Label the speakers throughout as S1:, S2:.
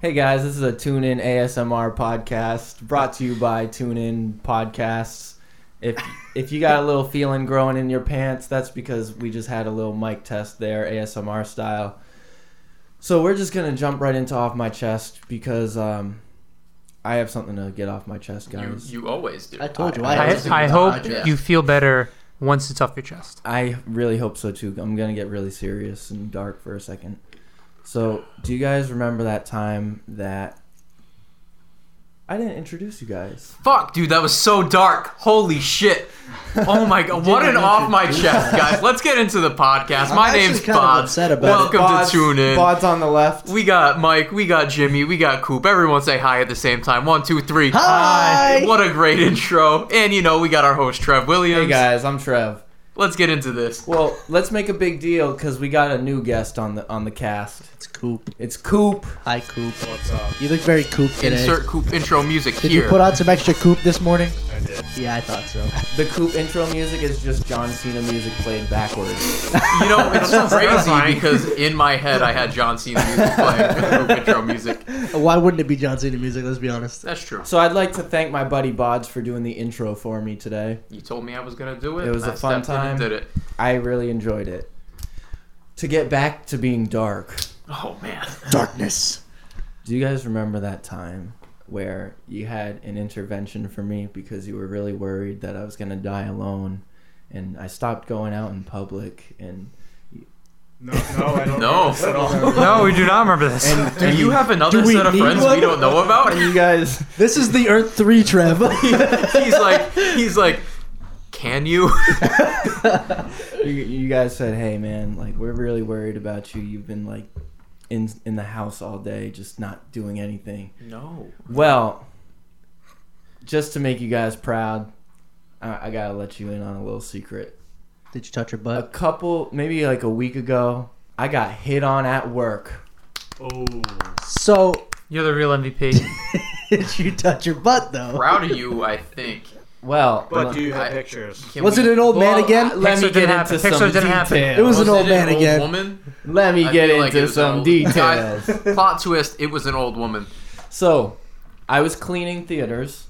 S1: Hey guys, this is a TuneIn ASMR podcast brought to you by TuneIn Podcasts. If if you got a little feeling growing in your pants, that's because we just had a little mic test there, ASMR style. So we're just gonna jump right into off my chest because um, I have something to get off my chest,
S2: You,
S1: guys.
S2: you always do.
S3: I told you.
S1: I-
S3: I, always do
S4: I, I
S3: that.
S4: hope
S3: just-
S4: you feel better once it's off your chest.
S1: I really hope so too. I'm gonna get really serious and dark for a second. So, do you guys remember that time that I didn't introduce you guys?
S2: Fuck, dude, that was so dark. Holy shit. Oh my god, what an
S3: didn't
S2: off my
S3: introduce
S2: chest, guys. Let's get into the podcast.
S3: I'm
S2: my
S3: actually
S2: name's
S3: kind of
S2: Bob.
S3: upset about
S2: Welcome
S1: Bod's-
S2: to Tune In.
S1: Bod's on the left.
S2: We got Mike, we got Jimmy, we got Coop. Everyone say hi at the same time. One, two, three.
S3: Hi.
S2: What a great intro. And you know, we got our host Trev Williams.
S1: hey guys, I'm Trev.
S2: Let's get into this.
S1: Well, let's make a big deal because we got a new guest on the on the cast.
S3: It's Coop.
S1: It's Coop.
S3: Hi, Coop. What's up? You look very Coop today.
S2: Insert Coop intro music
S3: Did
S2: here.
S3: you put on some extra Coop this morning?
S5: I did.
S3: Yeah, I thought so.
S1: The Coop intro music is just John Cena music played backwards.
S2: You know, it's crazy because in my head I had John Cena music playing for the Coop intro music.
S3: Why wouldn't it be John Cena music? Let's be honest.
S2: That's true.
S1: So I'd like to thank my buddy Bods for doing the intro for me today.
S2: You told me I was gonna do it.
S1: It was
S2: a
S1: a fun time.
S2: Did it?
S1: I really enjoyed it. To get back to being dark,
S2: Oh man.
S3: Darkness.
S1: do you guys remember that time where you had an intervention for me because you were really worried that I was going to die alone and I stopped going out in public and
S5: No, no, I don't.
S2: No.
S5: remember this at all.
S4: No, we do not remember this.
S1: and,
S2: Do you have another
S3: do we
S2: set of
S3: need
S2: friends
S3: one?
S2: we don't know about?
S1: and you guys
S3: This is the Earth 3, Trev.
S2: he's like, he's like, can you?
S1: you, you guys said, "Hey man, like we're really worried about you. You've been like in in the house all day just not doing anything."
S2: No.
S1: Well, just to make you guys proud, I, I got to let you in on a little secret.
S3: Did you touch your
S1: a
S3: butt?
S1: couple maybe like a week ago i got hit on at work
S5: Oh.
S3: So,
S4: You're the real MVP.
S3: did you touch your butt, though?
S2: Proud of you, I think.
S1: well
S5: But do you
S2: I-
S5: have pictures?
S2: Can
S3: Was
S2: we-
S3: it an old man
S1: well,
S3: again?
S1: let me
S4: Pixar didn't
S1: get
S4: happen.
S1: into
S4: Pixar
S1: some
S4: didn't happen.
S1: details
S3: It was an old
S2: it
S3: man again.
S2: woman?
S1: let me
S2: I
S1: get
S2: feel
S1: into
S2: like it was an
S1: some
S2: old-
S1: details
S2: Guys, plot twist: It was an old woman.
S1: so i was cleaning theaters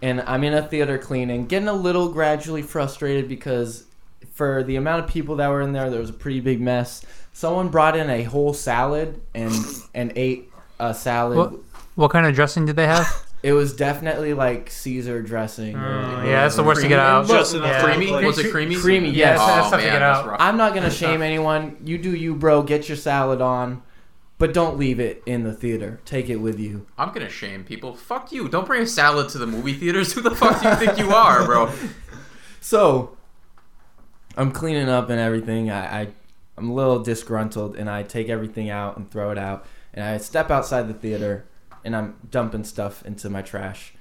S1: and i'm in a theater cleaning getting a little gradually frustrated because for the amount of people that were in there there was a pretty big mess someone brought in a whole salad and and ate a salad
S4: What? what kind of dressing did they have?
S1: it was definitely like caesar dressing or
S4: Mm, yeah, that's the worst to get out.
S5: Just enough
S4: yeah.
S5: to
S2: Creamy?
S5: Like-
S2: was it creamy?
S1: Creamy, yes.
S2: Oh,
S1: Yeah,
S4: that's tough to
S2: man,
S4: get
S2: that's
S4: out.
S2: rough.
S1: I'm not gonna shame anyone. You do you, bro. Get your salad on, but don't leave it in the theater. Take it with you.
S2: I'm gonna shame people. Fuck you! Don't bring a salad to the movie theaters. Who the fuck do you think you are, bro?
S1: So, I'm cleaning up and everything. I, I I'm a little disgruntled, and I take everything out and throw it out. And I step outside the theater, and I'm dumping stuff into my trash.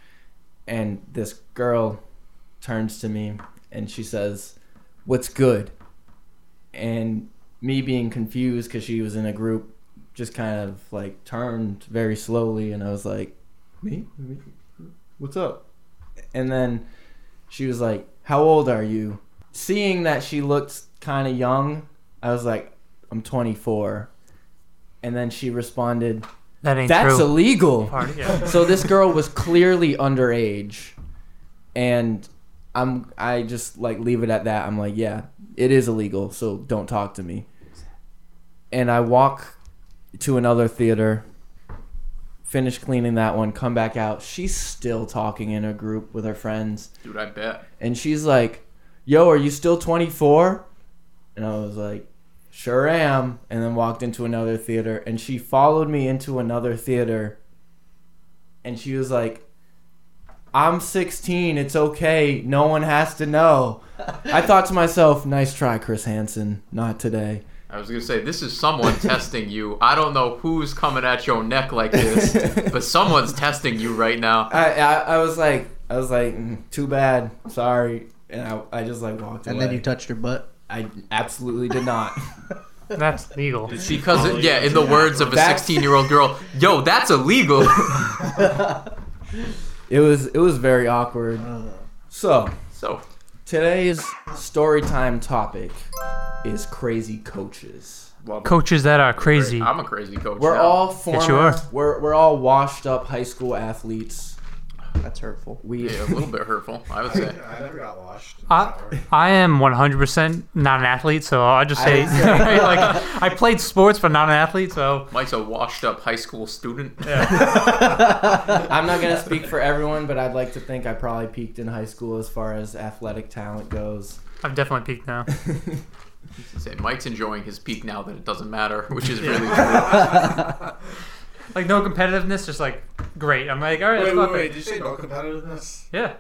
S1: And this girl turns to me, and she says, "What's good?" And me being confused because she was in a group, just kind of like turned very slowly, and I was like, "Me? Me? What's up?" And then she was like, "How old are you?" Seeing that she looked kind of young, I was like, "I'm 24." And then she responded,
S4: That ain't
S1: "That's
S4: true.
S1: illegal."
S4: Part- yeah.
S1: so this girl was clearly underage, and I'm I just like leave it at that. I'm like, "Yeah, it is illegal, so don't talk to me." And I walk to another theater, finish cleaning that one, come back out. She's still talking in a group with her friends
S2: Dude, I bet.
S1: and she's like, "Yo, are you still 24?" And I was like, "Sure am." And then walked into another theater, and she followed me into another theater, and she was like, "I'm 16. It's okay. No one has to know." I thought to myself, "Nice try, Chris Hansen. Not today."
S2: I was gonna say this is someone testing you. I don't know who's coming at your neck like this, but someone's testing you right now.
S1: I I, I was like, I was like, "Mm, "Too bad. Sorry." And I, I just like walked
S3: And
S1: away.
S3: then you touched your butt.
S1: I absolutely did not.
S4: That's legal.
S5: Did she
S2: Because
S5: follow
S2: it- yeah,
S5: you?
S2: in the words of a
S1: That's-
S2: 16 year old girl, yo, that's illegal.
S1: it was it was very awkward.
S3: Uh.
S1: So.
S2: So
S1: Today's story time topic is crazy coaches.
S5: level.
S4: coaches that are crazy.
S2: I'm a crazy coach.
S1: We're
S2: now.
S1: all former.
S4: you are.
S1: We're we're all washed up high school athletes.
S3: That's hurtful.
S1: We
S2: yeah, a little bit hurtful, I would
S5: I,
S2: say.
S5: I never got washed.
S4: I, I am 100% not an athlete, so I just say,
S1: I say-
S4: like I played sports, but not an athlete. So
S2: Mike's a washed-up high school student.
S1: I'm not gonna speak for everyone, but I'd like to think I probably peaked in high school as far as athletic talent goes.
S4: I've definitely peaked now.
S2: Say, Mike's enjoying his peak now that it doesn't matter, which is really
S4: Like no competitiveness, just like great. I'm like, all right, let's
S5: wait,
S4: go
S5: wait,
S4: out
S5: wait.
S4: there.
S5: Did you say no competitiveness?
S4: Yeah,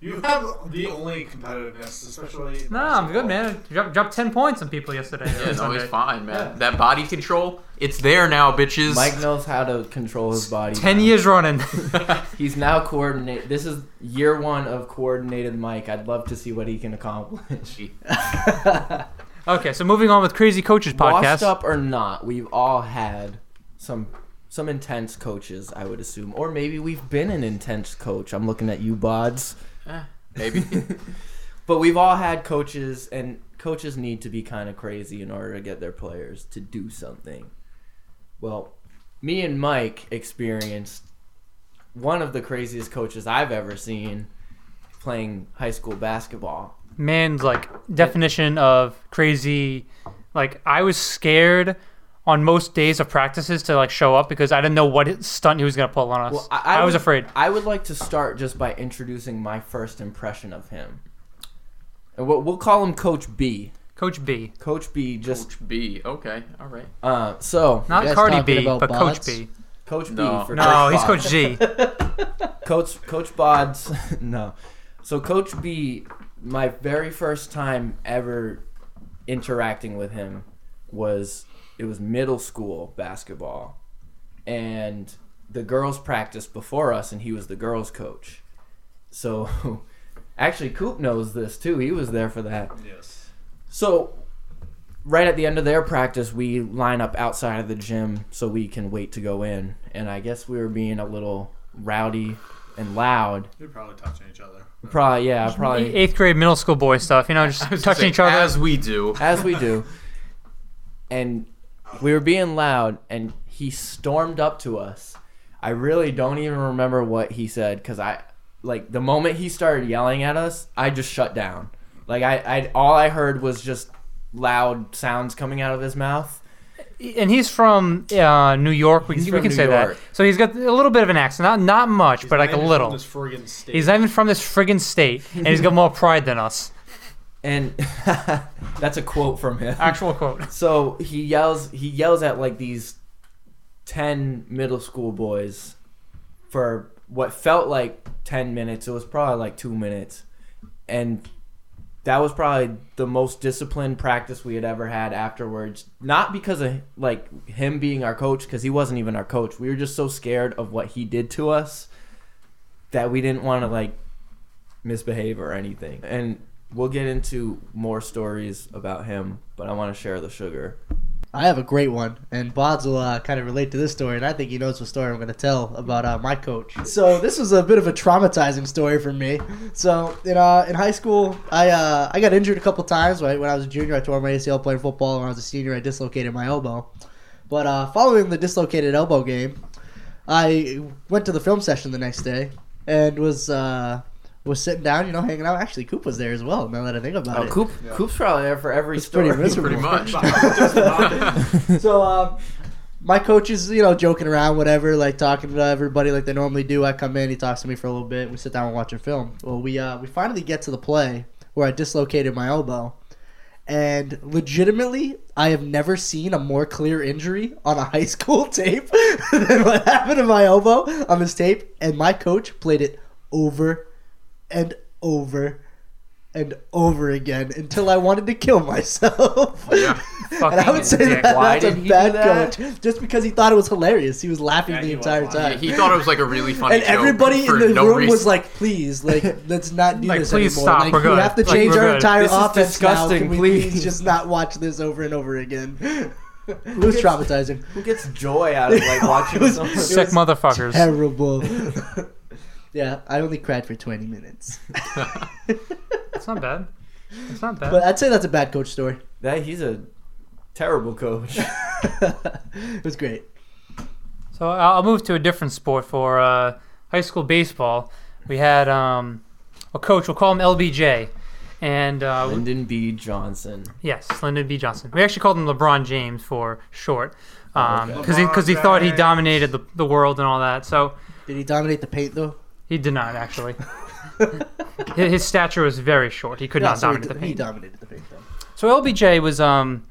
S5: You have the only competitiveness, especially. in
S4: no, I'm good,
S5: basketball.
S4: man. I dropped, dropped 10 points on people yesterday.
S2: true. Yeah, no,
S4: Sunday.
S2: he's fine, man. That body control, it's there now, bitches.
S1: Mike knows how to control his body.
S4: 10
S1: now.
S4: years running.
S1: He's now coordinate. This is year one of coordinated Mike. I'd love to see what he can accomplish.
S4: okay, so moving on with Crazy Coaches
S1: Washed
S4: podcast.
S1: up or not, we've all had some some intense coaches, I would assume, or maybe we've been an intense coach. I'm looking at you, Bods.
S2: Eh, maybe.
S1: But we've all had coaches, and coaches need to be kind of crazy in order to get their players to do something. Well, me and Mike experienced one of the craziest coaches I've ever seen playing high school basketball.
S4: Man's like definition of crazy. Like I was scared on most days of practices to like show up because I didn't know what stunt he was gonna pull on us.
S1: Well,
S4: I, was
S1: would-
S4: afraid.
S1: I would like to start just by introducing my first impression of him. And we'll, we'll call him Coach B.
S4: Coach B,
S1: Coach B just
S2: B. Okay. All right.
S1: uh so
S4: not
S3: You guys
S4: Cardi
S3: talking
S4: B,
S3: about
S4: but Coach
S3: bots?
S4: B.
S1: Coach
S2: No.
S1: B for
S4: No, he's
S1: Bob.
S4: Coach G.
S1: Coach Coach Bods, no. So Coach B, my very first time ever interacting with him was it was middle school basketball, and the girls practiced before us, and he was the girls coach. So, actually, Coop knows this too. He was there for that.
S5: Yes.
S1: So, right at the end of their practice, we line up outside of the gym so we can wait to go in. And I guess we were being a little rowdy and loud.
S5: You're probably touching each other.
S1: Probably, yeah, probably
S4: Eighth grade, middle school boy stuff. You know, just
S2: I was
S4: touching
S2: gonna
S4: each
S2: say,
S4: other.
S2: as we do.
S1: as we do. And we were being loud, and he stormed up to us. I really don't even remember what he said because I, like, the moment he started yelling at us, I just shut down. Like, I, I, all I heard was just loud sounds coming out of his mouth.
S4: and he's from uh, New York. We,
S1: He's
S4: we
S1: from
S4: can
S1: New
S4: say
S1: York.
S4: that. So he's got a little bit of an accent, not not much, but like a little.
S5: This friggin' state.
S4: He's not even from this friggin' state, and he's got more pride than us.
S1: and that's a quote from him.
S4: Actual quote.
S1: So he yells he yells at like these 10 middle school boys for what felt like 10 minutes. It was probably like 2 minutes. And that was probably the most disciplined practice we had ever had afterwards. Not because of like him being our coach cuz he wasn't even our coach. We were just so scared of what he did to us that we didn't want to like misbehave or anything. And we'll get into more stories about him, but I want to share the sugar.
S3: I have a great one, and Bods will uh, kind of relate to this story, and I think he knows what story I'm going to tell about uh, my coach. So this was a bit of a traumatizing story for me. So in uh, in high school, I uh, I got injured a couple times. Right when I was a junior, I tore my ACL playing football. When I was a senior, I dislocated my elbow. But uh, following the dislocated elbow game, I went to the film session the next day and was uh, was sitting down, you know, hanging out. Actually, Coop was there as well. Now that I think about
S1: Oh,
S3: it,
S1: Coop,
S5: Yeah.
S1: Coop's probably there for every
S3: It's pretty
S1: story.
S3: miserable.
S2: Pretty much.
S5: Just about it.
S3: so um, my coach is you know joking around whatever like talking to everybody like they normally do i come in he talks to me for a little bit we sit down and watch a film well we uh, we finally get to the play where i dislocated my elbow and legitimately i have never seen a more clear injury on a high school tape than what happened to my elbow on this tape and my coach played it over and over and over again until I wanted to kill myself.
S2: Yeah.
S3: and I would say
S4: Fucking dick.
S3: that
S1: Why
S3: that's
S1: did
S3: a
S1: he
S3: bad
S1: do that?
S3: coach, just because he thought it was hilarious. He was laughing
S5: Yeah,
S3: the
S5: he was
S3: entire
S5: laughing.
S3: time,
S2: Yeah, he thought it was like a really funny
S3: and
S2: joke
S3: everybody
S2: for
S3: in the
S2: no
S3: room was
S2: reason.
S3: like, "Please, like, let's not do
S4: Like,
S3: this
S4: please
S3: anymore.
S4: stop,
S3: Like,
S4: we're
S3: we
S4: good.
S3: have to
S4: Like,
S3: change
S4: we're
S3: our
S4: good.
S3: entire
S1: This is
S3: offense now. Can
S1: disgusting,
S3: we
S1: please."
S3: please just not watch this over and over again?" it was
S1: gets-
S3: traumatizing.
S1: Who gets joy out of like watching
S3: It was-
S1: someone?
S3: it
S4: Sick
S3: was
S4: motherfuckers.
S3: Terrible. yeah, I only cried for twenty minutes,
S4: It's not bad. It's not bad.
S3: but I'd say that's a bad coach story.
S1: That he's a Terrible coach.
S3: it was great.
S4: So I'll I'll move to a different sport for uh, high school baseball. We had um, a coach. We'll call him LBJ, and uh, we-
S1: Lyndon B. Johnson.
S4: Yes, Lyndon B. Johnson. We actually called him LeBron James for short, because
S1: Okay.
S4: he because he thought he
S5: Oh, LeBron James.
S4: dominated the, the world and all that. So
S3: Did he dominate the paint though?
S4: he did not actually. his, his stature was very short. He could
S3: Yeah,
S4: not
S3: so he
S4: dominate
S3: d-
S4: the
S3: He
S4: paint.
S3: dominated the paint though.
S4: So LBJ was, um,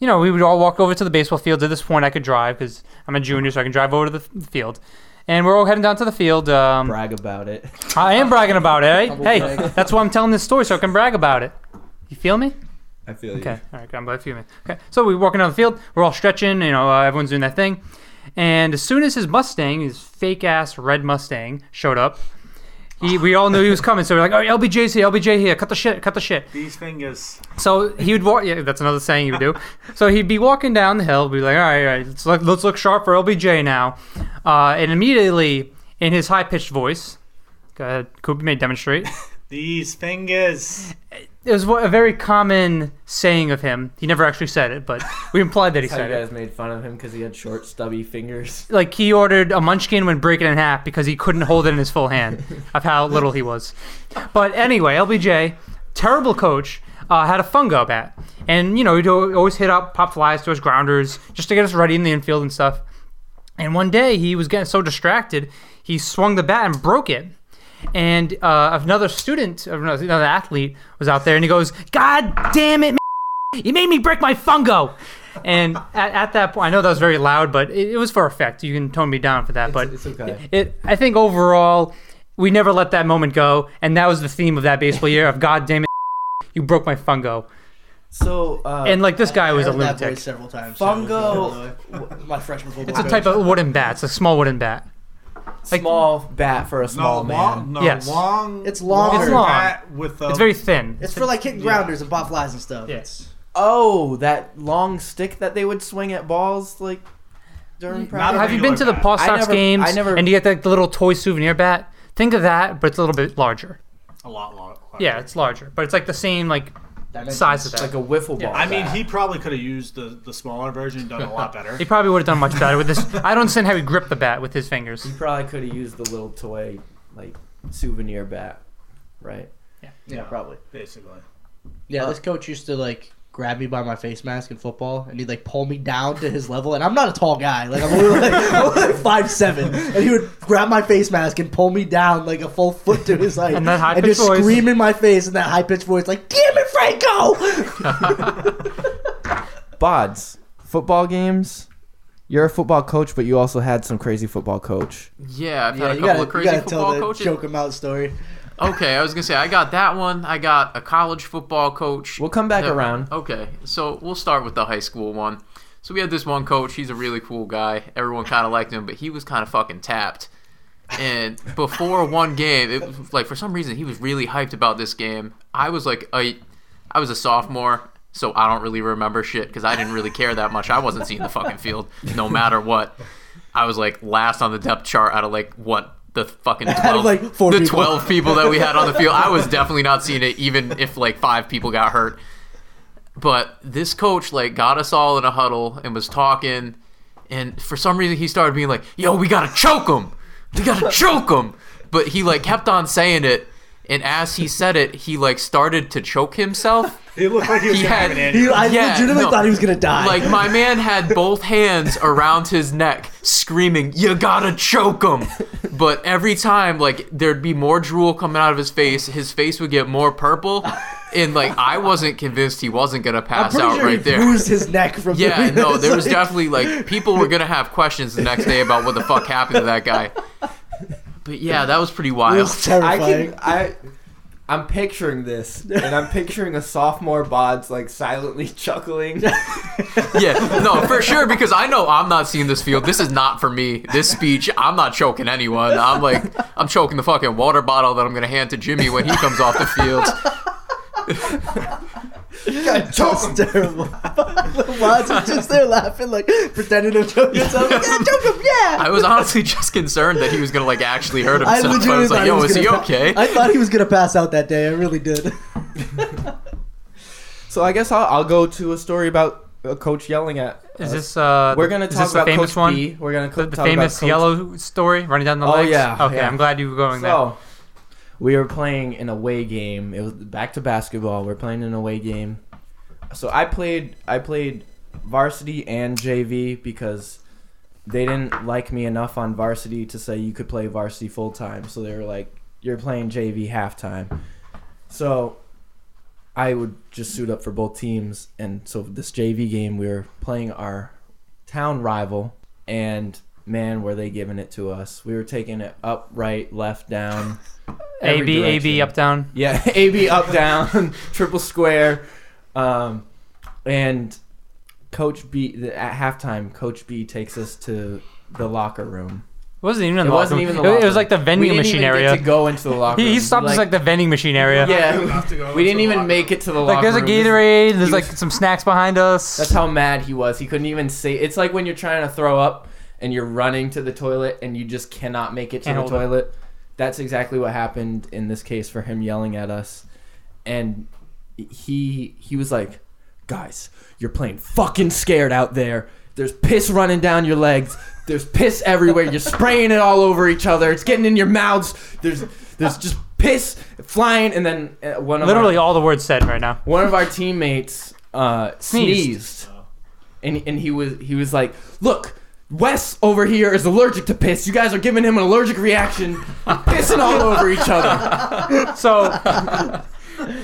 S4: you know, we would all walk over to the baseball field. At this point, I could drive because I'm a junior, so I can drive over to the f- field. And we're all heading down to the field. Um,
S1: Brag about it.
S4: I am bragging about it. eh?
S3: Humble
S4: Hey,
S3: brag.
S4: that's why I'm telling this story so I can brag about it. You feel me?
S1: I feel
S4: Okay. All right. I'm glad for you, man. Okay. So we're walking down the field. We're all stretching. You know, uh, everyone's doing that thing. And as soon as his Mustang, his fake ass red Mustang, showed up, he, we all knew he was coming. So we're like, "All right, LBJ's here. LBJ here. Cut the shit. Cut the shit."
S5: These fingers.
S4: So he would walk. Yeah, that's another saying he would do. So he'd be walking down the hill, be like, "All right, all right, let's look, let's look sharp for LBJ now." Uh, and immediately, in his high pitched voice, go ahead, Cooper may demonstrate.
S5: These fingers.
S4: It was a very common saying of him. He never actually said it, but we implied that he
S1: That's how
S4: said
S1: you
S4: it.
S1: guys made fun of him because he had short, stubby fingers.
S4: like he ordered a munchkin when breaking it in half because he couldn't hold it in his full hand of how little he was. But anyway, LBJ, terrible coach, uh, had a fungo bat, and you know he'd al- always hit up pop flies to his grounders just to get us ready in the infield and stuff. And one day he was getting so distracted, he swung the bat and broke it. And uh, another student, another another athlete, was out there, and he goes, "God damn it, you made me break my fungo. And at, at that point, I know that was very loud, but it, it was for effect. You can tone me down for that. But
S1: it's okay.
S4: it, I think overall, we never let that moment go. And that was the theme of that baseball year of God damn it, you broke my fungo.
S1: So uh,
S4: And like this guy was
S3: I
S4: a
S3: heard that
S4: lunatic.
S3: voice several times.
S1: Fungo-
S3: Fungo. My freshman football.
S4: It's a type of wooden bat. It's a small wooden bat. like-
S1: small bat for a small
S5: no,
S1: man.
S5: long. No,
S4: Yes.
S5: long.
S3: It's longer.
S4: It's long.
S5: bat With a,
S1: Um,
S4: It's very thin.
S3: It's for like hitting grounders and pop flies and stuff.
S4: Yes.
S1: Oh, that long stick that they would swing at balls like during
S5: Not a
S1: practice.
S4: Have you been to the Paul
S1: I
S4: Sox
S1: never-
S4: games
S1: I never-
S4: and you get that little toy souvenir bat? Think of that, but it's a little bit larger.
S5: a lot longer.
S4: Yeah, it's larger, but it's like the same like
S3: Dimensions.
S4: size of that.
S1: Like a wiffle ball.
S4: Yeah.
S5: I mean,
S1: bat.
S5: he probably could have used the, the smaller version, done a lot better.
S4: He probably would have done much better with this. I don't understand how he gripped the bat with his fingers.
S1: He probably could have used the little toy like souvenir bat, right?
S3: Yeah, probably.
S5: Basically.
S3: Yeah, this coach used to like grab me by my face mask in football, and he'd like pull me down to his level. And I'm not a tall guy; like I'm only like, I'm only, like five seven. And he would grab my face mask and pull me down like a full foot to his height,
S4: And that high-pitched
S3: just
S4: voice.
S3: scream in my face in that high pitched voice, like "Damn it, Franco!"
S1: Bods, football games. You're a football coach, but you also had some crazy football coach.
S2: Yeah, I've
S3: yeah,
S2: had a couple
S3: you gotta,
S2: of
S3: you
S2: crazy
S3: gotta tell
S2: football
S3: the
S2: coaches.
S3: choke him out story.
S2: Okay, I was gonna say I got that one. I got a college football coach.
S1: We'll come back
S2: Yeah.
S1: around.
S2: Okay, so we'll start with the high school one. So we had this one coach. He's a really cool guy. Everyone kind of liked him, but he was kind of fucking tapped. And before one game, it was like for some reason he was really hyped about this game. I was like, I, I was a sophomore, so I don't really remember shit because I didn't really care that much. I wasn't seeing the fucking field no matter what. I was like last on the depth chart out of like what the fucking 12,
S3: of, like, four
S2: the
S3: people.
S2: 12 people that we had on the field. I was definitely not seeing it, even if like five people got hurt but this coach like got us all in a huddle and was talking and for some reason he started being like yo we gotta choke him we gotta choke him but he like kept on saying it and as he said it he like started to choke himself
S5: He looked like he was
S2: He
S5: gonna
S2: had-
S5: have an aneurysm.
S3: He, I
S2: Yeah,
S3: legitimately
S2: no.
S3: thought he was gonna die.
S2: like my man had both hands around his neck screaming you gotta choke him but every time like there'd be more drool coming out of his face his face would get more purple and like i wasn't convinced he wasn't gonna
S3: I'm
S2: pass
S3: pretty
S2: out
S3: sure
S2: right
S3: he
S2: there
S3: bruised his neck from.
S2: Yeah,
S3: doing
S2: no,
S3: this,
S2: there was
S3: like-
S2: definitely like people were gonna have questions the next day about what the fuck happened to that guy. But yeah, that was pretty
S3: It
S2: wild.
S3: was
S1: I
S3: terrifying.
S1: can I I'm picturing this and I'm picturing a sophomore Bods like silently chuckling.
S2: yeah, no, for sure because I know I'm not seeing this field. This is not for me. This speech, I'm not choking anyone. I'm like, I'm choking the fucking water bottle that I'm gonna hand to Jimmy when he comes off the field.
S3: That's terrible. the lads are just there laughing, like pretending to choke himself. Yeah, choke him,
S2: I
S3: yeah.
S2: was honestly just concerned that he was gonna like actually hurt
S3: I,
S2: himself. I,
S3: legitimately
S2: was
S3: thought
S2: like,
S3: he
S2: yo,
S3: was
S2: is he
S3: gonna
S2: okay?
S3: I thought he was gonna pass out that day. I really did.
S1: so I guess I'll, I'll go to a story about a coach yelling at.
S4: Is
S1: us.
S4: this uh?
S1: We're gonna
S4: is
S1: talk
S4: this the
S1: about
S4: famous
S1: Coach
S4: one?
S1: B. We're gonna co-
S4: The, the
S1: talk
S4: famous
S1: about Coach
S4: yellow story running down the
S1: Oh,
S4: legs.
S1: yeah,
S4: Okay,
S1: yeah.
S4: I'm glad you were going there.
S1: So, we were playing an away game. It was back to basketball. We are playing an away game. So I played I played varsity and JV because they didn't like me enough on varsity to say you could play varsity full time. So they were like, "You're playing JV halftime." So I would just suit up for both teams. And so this JV game, we were playing our town rival, and man, were they giving it to us. We were taking it up, right, left, down.
S4: A
S1: every
S4: B A B
S1: direction.
S4: up down.
S1: Yeah, A B up down, triple square, um, and Coach B the- at halftime. Coach B takes us to the locker room.
S4: It wasn't even in
S1: It
S4: the
S1: wasn't
S4: locker
S1: even
S4: room.
S1: the
S4: It-
S1: locker
S4: It was like the
S1: room.
S4: vending
S1: we didn't
S4: machine
S1: even
S4: area.
S1: Get to go into the locker
S4: he,
S1: room.
S4: he stopped us like the vending machine area.
S5: We
S1: yeah.
S5: have to go
S1: We didn't
S5: to the
S1: even
S5: locker
S1: make
S5: room.
S1: it to the
S4: Like
S1: locker
S4: there's a
S1: room. This-
S4: Gatorade.
S1: he
S4: There's like
S1: was-
S4: some snacks behind us.
S1: That's how mad he was. He couldn't even say. It's like when you're trying to throw up and you're running to the toilet and you just cannot make it to
S4: Can't
S1: the
S4: hold it.
S1: toilet. That's exactly what happened in this case for him yelling at us, and he he was like, "Guys, you're playing fucking scared out there. There's piss running down your legs. There's piss everywhere. You're spraying it all over each other. It's getting in your mouths. There's there's just piss flying." And then uh, one of our-
S4: Literally all the words said right now.
S1: one of our teammates uh,
S4: Sneezed.
S1: sneezed, and and he was he was like, "Look, Wes over here is allergic to piss. You guys are giving him an allergic reaction, pissing all over each other."
S4: So,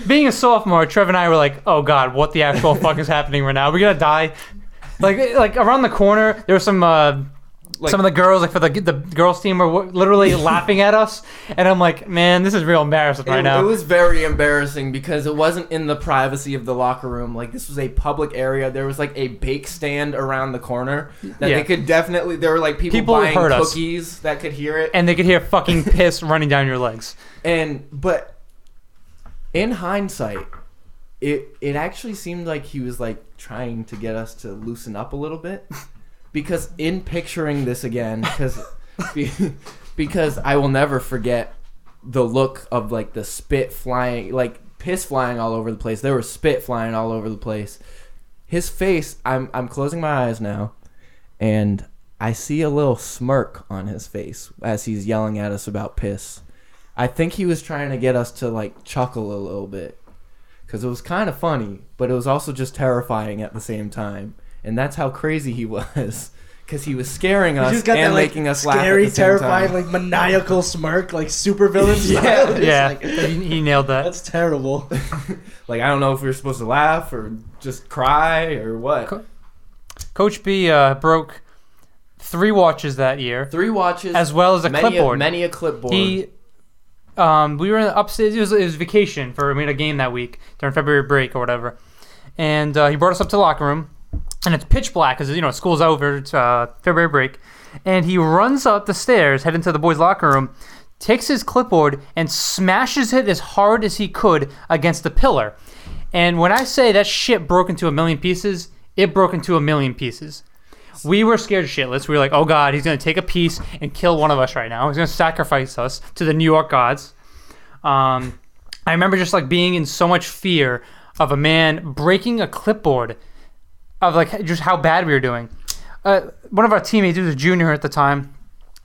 S4: being a sophomore, Trev and I were like, "Oh God, what the actual fuck is happening right now? Are we gonna die?" Like, like around the corner, there were some uh,
S1: Like-
S4: some of the girls, like for the the girls team, were w- literally laughing at us, and I'm like, "Man, this is real embarrassing right
S1: it,
S4: now."
S1: it was very embarrassing because it wasn't in the privacy of the locker room. Like this was a public area. There was like a bake stand around the corner that
S4: Yeah.
S1: they could definitely. There were like people,
S4: People
S1: buying
S4: heard us.
S1: cookies that could hear it.
S4: and they could hear fucking piss running down your legs.
S1: And but in hindsight, it it actually seemed like he was like trying to get us to loosen up a little bit because in picturing this again because because I will never forget the look of like the spit flying like piss flying all over the place. There was spit flying all over the place. His face, I'm I'm closing my eyes now and I see a little smirk on his face as he's yelling at us about piss. I think he was trying to get us to like chuckle a little bit because it was kind of funny, but it was also just terrifying at the same time. And that's how crazy he was because he was scaring
S3: You
S1: us
S3: just got
S1: and
S3: that like
S1: making us
S3: scary,
S1: laugh. At the
S3: terrifying,
S1: same time.
S3: like maniacal smirk, like super villain
S1: Yeah.
S3: style. Just
S4: Yeah,
S3: like,
S4: he, he nailed that.
S3: that's terrible.
S1: Like, I don't know if we were supposed to laugh or just cry or what.
S4: Co- Coach B uh, broke three watches that year,
S1: Three watches,
S4: as well as a
S1: many,
S4: clipboard.
S1: A, many a clipboard.
S4: He, um, we were in the upstairs. It was, it was vacation for we had a game that week during February break or whatever, and uh, he brought us up to the locker room, and it's pitch black because you know school's over. It's uh, February break, and he runs up the stairs, heading to the boys' locker room, takes his clipboard and smashes it as hard as he could against the pillar. And when I say that shit broke into a million pieces, it broke into a million pieces. We were scared shitless. We were like, oh God, he's going to take a piece and kill one of us right now. He's going to sacrifice us to the New York gods. Um, I remember just like being in so much fear of a man breaking a clipboard of like just how bad we were doing. Uh, one of our teammates, he was a junior at the time,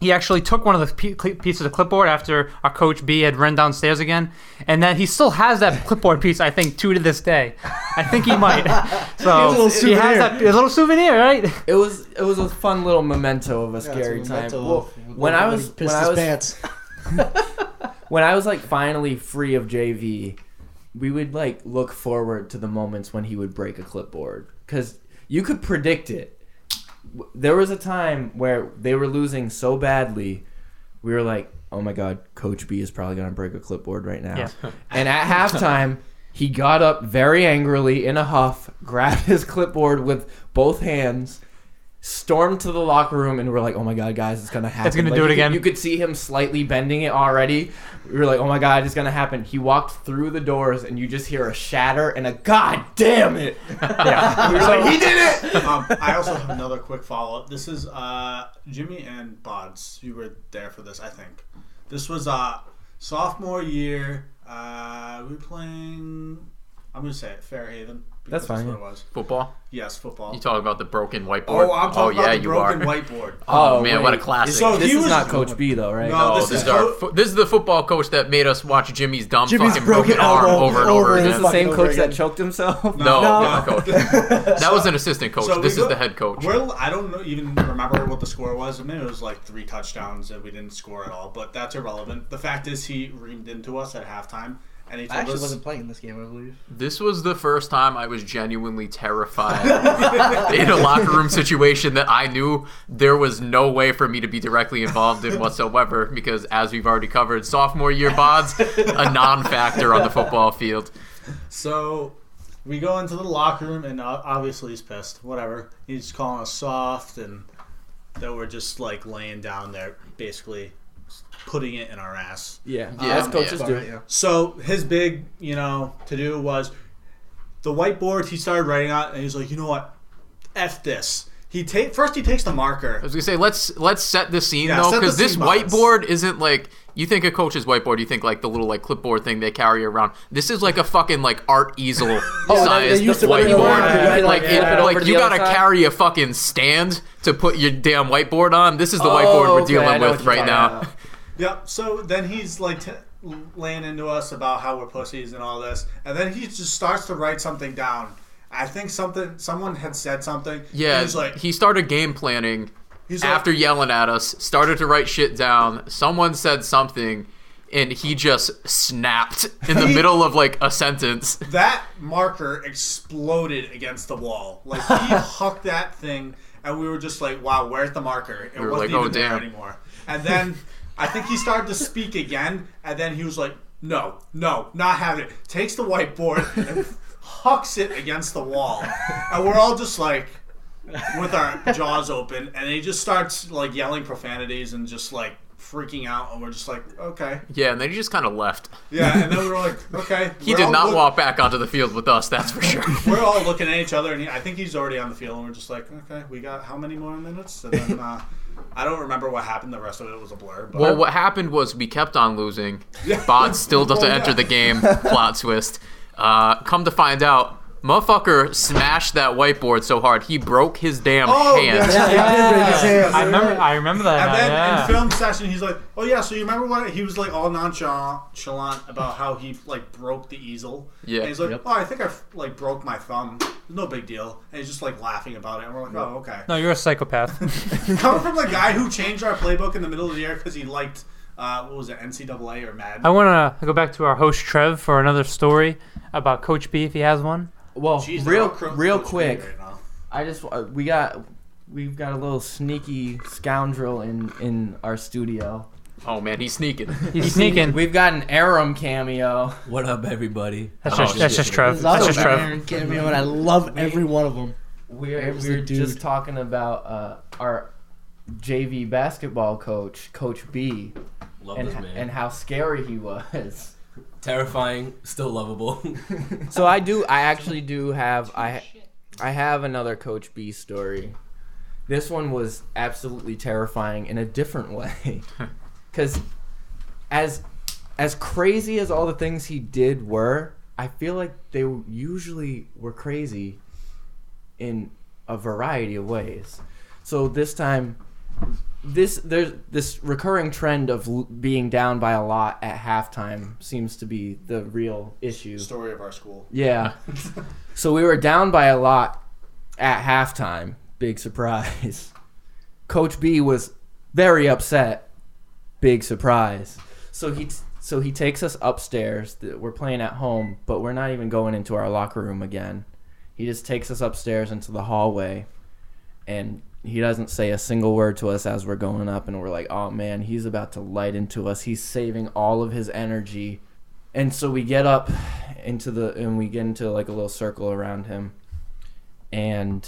S4: he actually took one of the p- cl- pieces of clipboard after our coach B had run downstairs again, and then he still has that clipboard piece. I think two to this day. I think he might.
S3: a
S4: So
S3: little
S4: he has
S3: souvenir.
S4: that a little souvenir, right?
S1: it was it was a fun little memento of a
S3: Yeah, it's
S1: scary
S3: a
S1: time.
S3: memento
S1: Well,
S3: of
S1: when I was
S3: he pissed
S1: when I
S3: his
S1: was
S3: pants.
S1: when I was like finally free of JV, we would like look forward to the moments when he would break a clipboard because you could predict it. W- There was a time where they were losing so badly, we were like, "Oh my god, Coach B is probably gonna break a clipboard right now."
S4: Yeah.
S1: And at halftime, he got up very angrily in a huff, grabbed his clipboard with both hands. Stormed to the locker room and we're like, "Oh my god, guys, it's gonna happen!"
S4: gonna
S1: Like, you
S4: do it
S1: could-
S4: again.
S1: you could see him slightly bending it already. We were like, oh my god, it's gonna happen. He walked through the doors and you just hear a shatter and a god damn it.
S4: Yeah.
S1: We were like, he did it!
S5: um, I also have another quick follow up. This is uh, Jimmy and Bods. You were there for this, I think. This was uh, sophomore year. Uh, we were playing I'm gonna say it, Fairhaven.
S1: That's
S5: because
S1: fine,
S5: What
S1: yeah.
S5: it was.
S2: Football?
S5: Yes, football.
S2: You talking about the broken whiteboard?
S5: oh, I'm talking
S2: yeah,
S5: about the
S2: you
S5: broken
S2: are.
S5: whiteboard.
S2: Oh, man, what a
S1: wait.
S2: classic.
S5: So
S1: this
S5: he
S1: is
S5: was-
S1: not Coach B though, right?
S5: No.
S2: Oh,
S5: this
S2: this,
S5: is
S2: is our
S5: ho-
S2: fo- this is the football coach that made us watch Jimmy's dumb
S3: Jimmy's
S2: fucking
S3: broken
S2: broken, arm
S3: elbow
S2: over and over
S3: over
S1: Is this
S2: again.
S1: the
S3: Fucking
S1: same
S3: over
S1: coach
S3: again.
S1: that choked himself?
S2: No,
S3: No.
S2: not coach. That was an assistant coach.
S5: So
S2: this
S5: we
S2: is
S5: go-
S2: the head coach.
S5: We're, I don't know, even remember what the score was. I mean, it was like three touchdowns and we didn't score at all, but that's irrelevant. The fact is, he reamed into us at halftime and he
S3: I
S5: told
S3: actually
S5: us.
S3: wasn't playing this game, I believe.
S2: This was the first time I was genuinely terrified in a locker room situation that I knew there was no way for me to be directly involved in whatsoever because, as we've already covered, sophomore year bods, a non factor on the football field.
S5: So we go into the locker room and uh, obviously he's pissed. Whatever. He's calling us soft and that we're just like laying down there, basically putting it in our ass.
S1: Yeah,
S2: Yeah,
S1: as coaches
S2: yeah.
S1: do.
S3: Alright, yeah.
S5: So his big, you know, to do was the whiteboard he started writing on, and he's like, you know what, f this. He take first he takes the marker.
S2: I was gonna say let's let's set the scene
S5: Yeah,
S2: though,
S5: set the
S2: because this
S5: scene, Bods.
S2: whiteboard isn't like you think a coach's whiteboard. You think like the little like clipboard thing they carry around. This is like a fucking like art easel
S1: they-
S2: size
S1: Oh, they used to put it
S2: whiteboard.
S1: around, you could,
S2: Like
S1: like, flip
S2: it,
S1: it over
S2: like
S1: to
S2: you
S1: the
S2: gotta
S1: other side.
S2: carry a fucking stand to put your damn whiteboard on. This is the
S1: Oh,
S2: whiteboard we're
S1: okay, I
S2: dealing
S1: know
S2: with
S1: what you're
S2: right
S1: talking
S2: now.
S1: about.
S5: Yep. So then he's like t- laying into us about how we're pussies and all this, and then he just starts to write something down. I think something someone had said something.
S2: Yeah,
S5: and He's like
S2: he started game planning
S5: he's like-
S2: after yelling at us. Started to write shit down. Someone said something. And he just snapped in the middle of like a sentence.
S5: that marker exploded against the wall. Like he hucked that thing, and we were just like, "Wow, where's the marker?" It
S2: were
S5: wasn't
S2: like, "Oh,
S5: even there
S2: damn."
S5: anymore. And then I think he started to speak again, and then he was like, "No, no, not having it." Takes the whiteboard and hucks it against the wall, and we're all just like. With our jaws open, and he just starts like yelling profanities and just like freaking out, and we're just like, okay,
S2: Yeah, and then he just kind of left.
S5: yeah. And then we're like, okay.
S2: He did not walk back onto the field with us, that's for sure.
S5: we're all looking at each other, and he, I think he's already on the field, and we're just like, okay, we got how many more minutes? And then uh, I don't remember what happened. The rest of it was a blur. But
S2: well, what happened was we kept on losing. Bod still doesn't
S5: Oh, yeah.
S2: enter the game. Plot twist. Uh, come to find out, motherfucker smashed that whiteboard so hard he broke his damn
S5: Oh,
S2: hand.
S5: yeah.
S3: I did break his hand.
S4: I remember. I remember that.
S5: and
S4: now,
S5: then
S4: yeah.
S5: in film session, he's like, oh yeah, so you remember what he was like all nonchalant about how he like broke the easel.
S2: Yeah.
S5: And he's like,
S3: Yep.
S5: oh, I think I like broke my thumb. No big deal. And he's just like laughing about it, and we're like, oh okay.
S4: no, you're a psychopath.
S5: Coming from the guy who changed our playbook in the middle of the year because he liked uh, what was it, NCAA or Madden.
S4: I want to go back to our host Trev for another story about Coach B if he has one.
S1: Well,
S5: Jeez, they're
S1: real
S5: all cro-
S1: real
S5: coach me
S1: quick,
S5: right now.
S1: I just uh, we got we've got a little sneaky scoundrel in in our studio.
S2: Oh man, he's sneaking.
S4: He's sneaking.
S1: We've got an Aram cameo.
S6: What up, everybody?
S4: That's
S2: Oh,
S4: just that's just
S2: shit.
S4: Trev. That's just Trev.
S3: Aaron cameo, and I love every one of them.
S1: We're
S3: Aram's
S1: we
S3: the
S1: were just
S3: dude.
S1: talking about uh, our JV basketball coach, Coach B,
S6: Love
S1: and
S6: this man.
S1: and how scary he was.
S6: Terrifying, still lovable.
S1: So I do. I actually do have. I I have another Coach B story. This one was absolutely terrifying in a different way, because as as crazy as all the things he did were, I feel like they usually were crazy in a variety of ways. So this time, this there's this recurring trend of l- being down by a lot at halftime seems to be the real issue.
S5: story of our school.
S1: Yeah. so we were down by a lot at halftime. Big surprise. Coach B was very upset. Big surprise. So he so he takes us upstairs. Th- We're playing at home, but we're not even going into our locker room again. He just takes us upstairs into the hallway and he doesn't say a single word to us as we're going up and we're like, "Oh man, he's about to light into us. He's saving all of his energy." And so we get up into the and we get into like a little circle around him and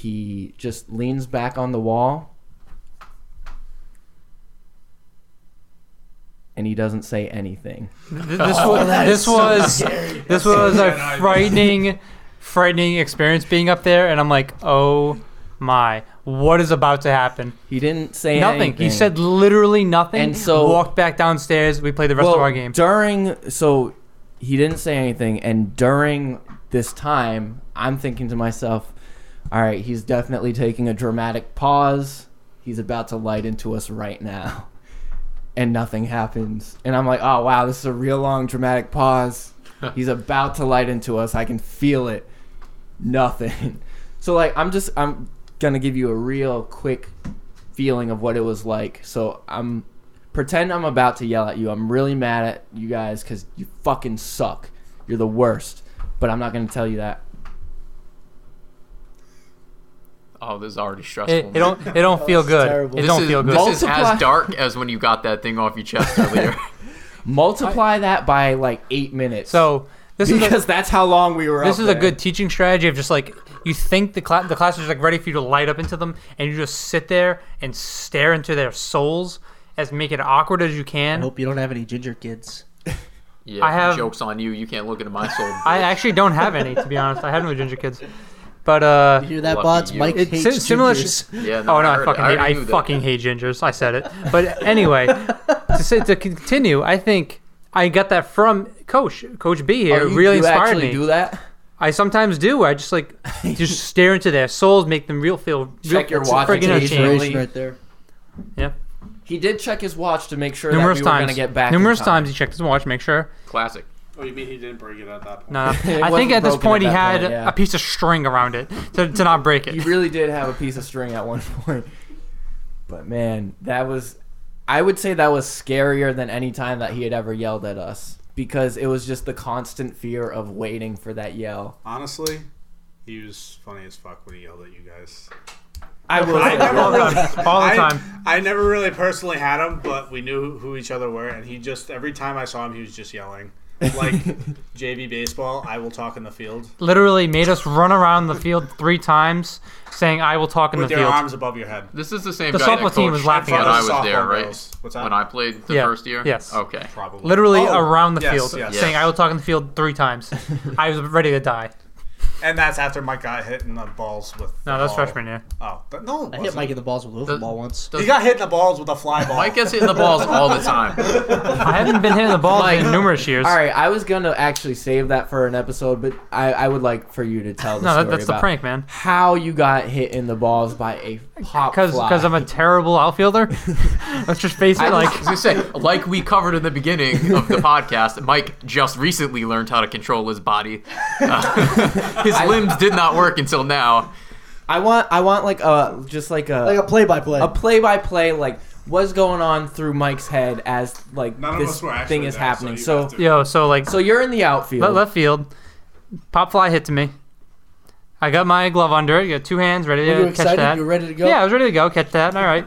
S1: he just leans back on the wall and he doesn't say anything
S4: Th- This was this was this was a
S5: Yeah, no,
S4: frightening, frightening experience being up there, and I'm like, oh my, what is about to happen?
S1: he didn't say
S4: Nothing.
S1: anything
S4: He said literally nothing.
S1: And so-
S4: walked back downstairs. We played the rest
S1: well,
S4: of our game.
S1: during so he didn't say anything. And during this time, I'm thinking to myself, all right, he's definitely taking a dramatic pause. He's about to light into us right now. And nothing happens. And I'm like, oh, wow, this is a real long dramatic pause. He's about to light into us. I can feel it. Nothing. So, like, I'm just, I'm going to give you a real quick feeling of what it was like. So, I'm pretend I'm about to yell at you. I'm really mad at you guys because you fucking suck. You're the worst. But I'm not gonna tell you that.
S2: Oh, this is already stressful.
S4: It, it
S2: man.
S4: don't. It don't feel
S3: is
S4: good.
S3: terrible.
S4: It
S2: This
S4: don't
S2: is,
S4: feel good.
S2: This is
S1: Multiply-
S2: as dark as when you got that thing off your chest earlier.
S1: Multiply that by like eight minutes.
S4: so this is.
S1: because
S4: A,
S1: that's how long we were.
S4: this
S1: up
S4: is a
S1: there.
S4: good teaching strategy of just like you think the class the class is like ready for you to light up into them and you just sit there and stare into their souls as make it awkward as you
S3: I
S4: can.
S3: hope you don't have any ginger kids.
S2: Yeah,
S4: I have-
S2: jokes on you. You can't look into my soul.
S4: I actually don't have any to be honest. I have no ginger kids, but uh,
S3: You hear that,
S2: Lucky
S3: bots?
S2: you.
S3: Mike
S4: It's
S3: hates
S4: si- similar
S3: gingers.
S2: yeah, no,
S4: Oh no, I,
S2: heard it.
S4: fucking hate, I
S2: already knew that.
S4: fucking hate gingers. I said it. But anyway, to say, to continue, I think I got that from Coach Coach B
S1: Oh,
S4: here.
S1: you-
S4: really
S1: you
S4: inspired
S1: actually
S4: me.
S1: Do that.
S4: I sometimes do. I just like just stare into their souls, make them real feel. Real,
S1: Check your
S4: friggin'
S1: watch
S4: ashamed.
S1: occasionally.
S3: Inspiration right there.
S4: Yeah,
S1: He did check his watch to make sure
S4: numerous
S1: that we were
S4: times.
S1: gonna get back. in
S4: numerous
S1: time.
S4: times he checked his watch, make sure.
S2: classic.
S5: Oh, you mean he didn't break it at that point?
S4: No,
S1: It
S4: I
S1: wasn't
S4: think at this
S1: broken
S4: point
S1: at
S4: he
S1: that
S4: had
S1: point, yeah.
S4: a piece of string around it to, to not break
S1: He
S4: it.
S1: really did have a piece of string at one point. But man, that was I would say that was scarier than any time that he had ever yelled at us because it was just the constant fear of waiting for that yell.
S5: Honestly, he was funny as fuck when he yelled at you guys.
S1: I will
S5: I
S1: say that.
S5: never
S4: All the
S5: really-
S4: time. All the
S5: I-
S4: time.
S5: I, never really personally had him, but we knew who each other were, and he just every time I saw him, he was just yelling. Like JV baseball, I will talk in the field
S4: Literally made us run around the field three times, saying, "I will talk in
S5: with
S4: the
S5: your
S4: field."
S5: arms above your head.
S2: This is the same
S4: The
S2: guy that
S4: softball team was
S2: coached
S4: laughing
S2: when
S4: at
S2: I
S5: us.
S2: was there,
S5: Softball
S2: right?
S5: girls. What's that?
S2: When I played the
S4: Yeah.
S2: first year.
S4: Yes.
S2: Okay.
S5: Probably.
S4: Literally
S5: Oh,
S4: around the
S5: yes,
S4: field,
S5: yes.
S4: saying, "I will talk in the field" three times. I was ready to die.
S5: And that's after Mike got hit in the balls with.
S4: No,
S5: the
S4: that's
S5: ball.
S4: freshman year.
S5: Oh, but no, it
S3: I hit
S5: wasn't.
S3: Mike in the balls with a wiffle
S2: Does-
S3: ball once.
S5: He got hit in the balls with a fly ball.
S2: Mike gets hit in the balls all the time.
S4: I haven't been hitting the ball
S1: Like-
S4: in numerous years.
S1: All right, I was gonna actually save that for an episode, but I, I would like for you to tell the
S4: no,
S1: story
S4: that, that's the
S1: about
S4: prank, man.
S1: how you got hit in the balls by a pop
S4: Because
S1: fly.
S4: I'm a terrible outfielder. Let's just face
S1: I
S4: it. Like
S2: I was gonna say, like we covered in the beginning of the podcast, Mike just recently learned how to control his body. Uh, his limbs did not work until now.
S1: I want I want like a just like a
S3: Like a play-by-play.
S1: a play by play like what's going on through Mike's head as like
S5: None of
S1: this
S5: us were actually
S1: thing is
S5: there,
S1: happening.
S5: so you
S1: So
S5: have to-
S4: yo, so like
S1: so, you're in the outfield.
S4: le- left field, pop fly hit to me. I got my glove under it. Got two hands ready
S3: Were
S4: to
S3: you
S4: catch
S3: excited?
S4: that.
S3: You were ready to go?
S4: Yeah, I was ready to go catch that. All right,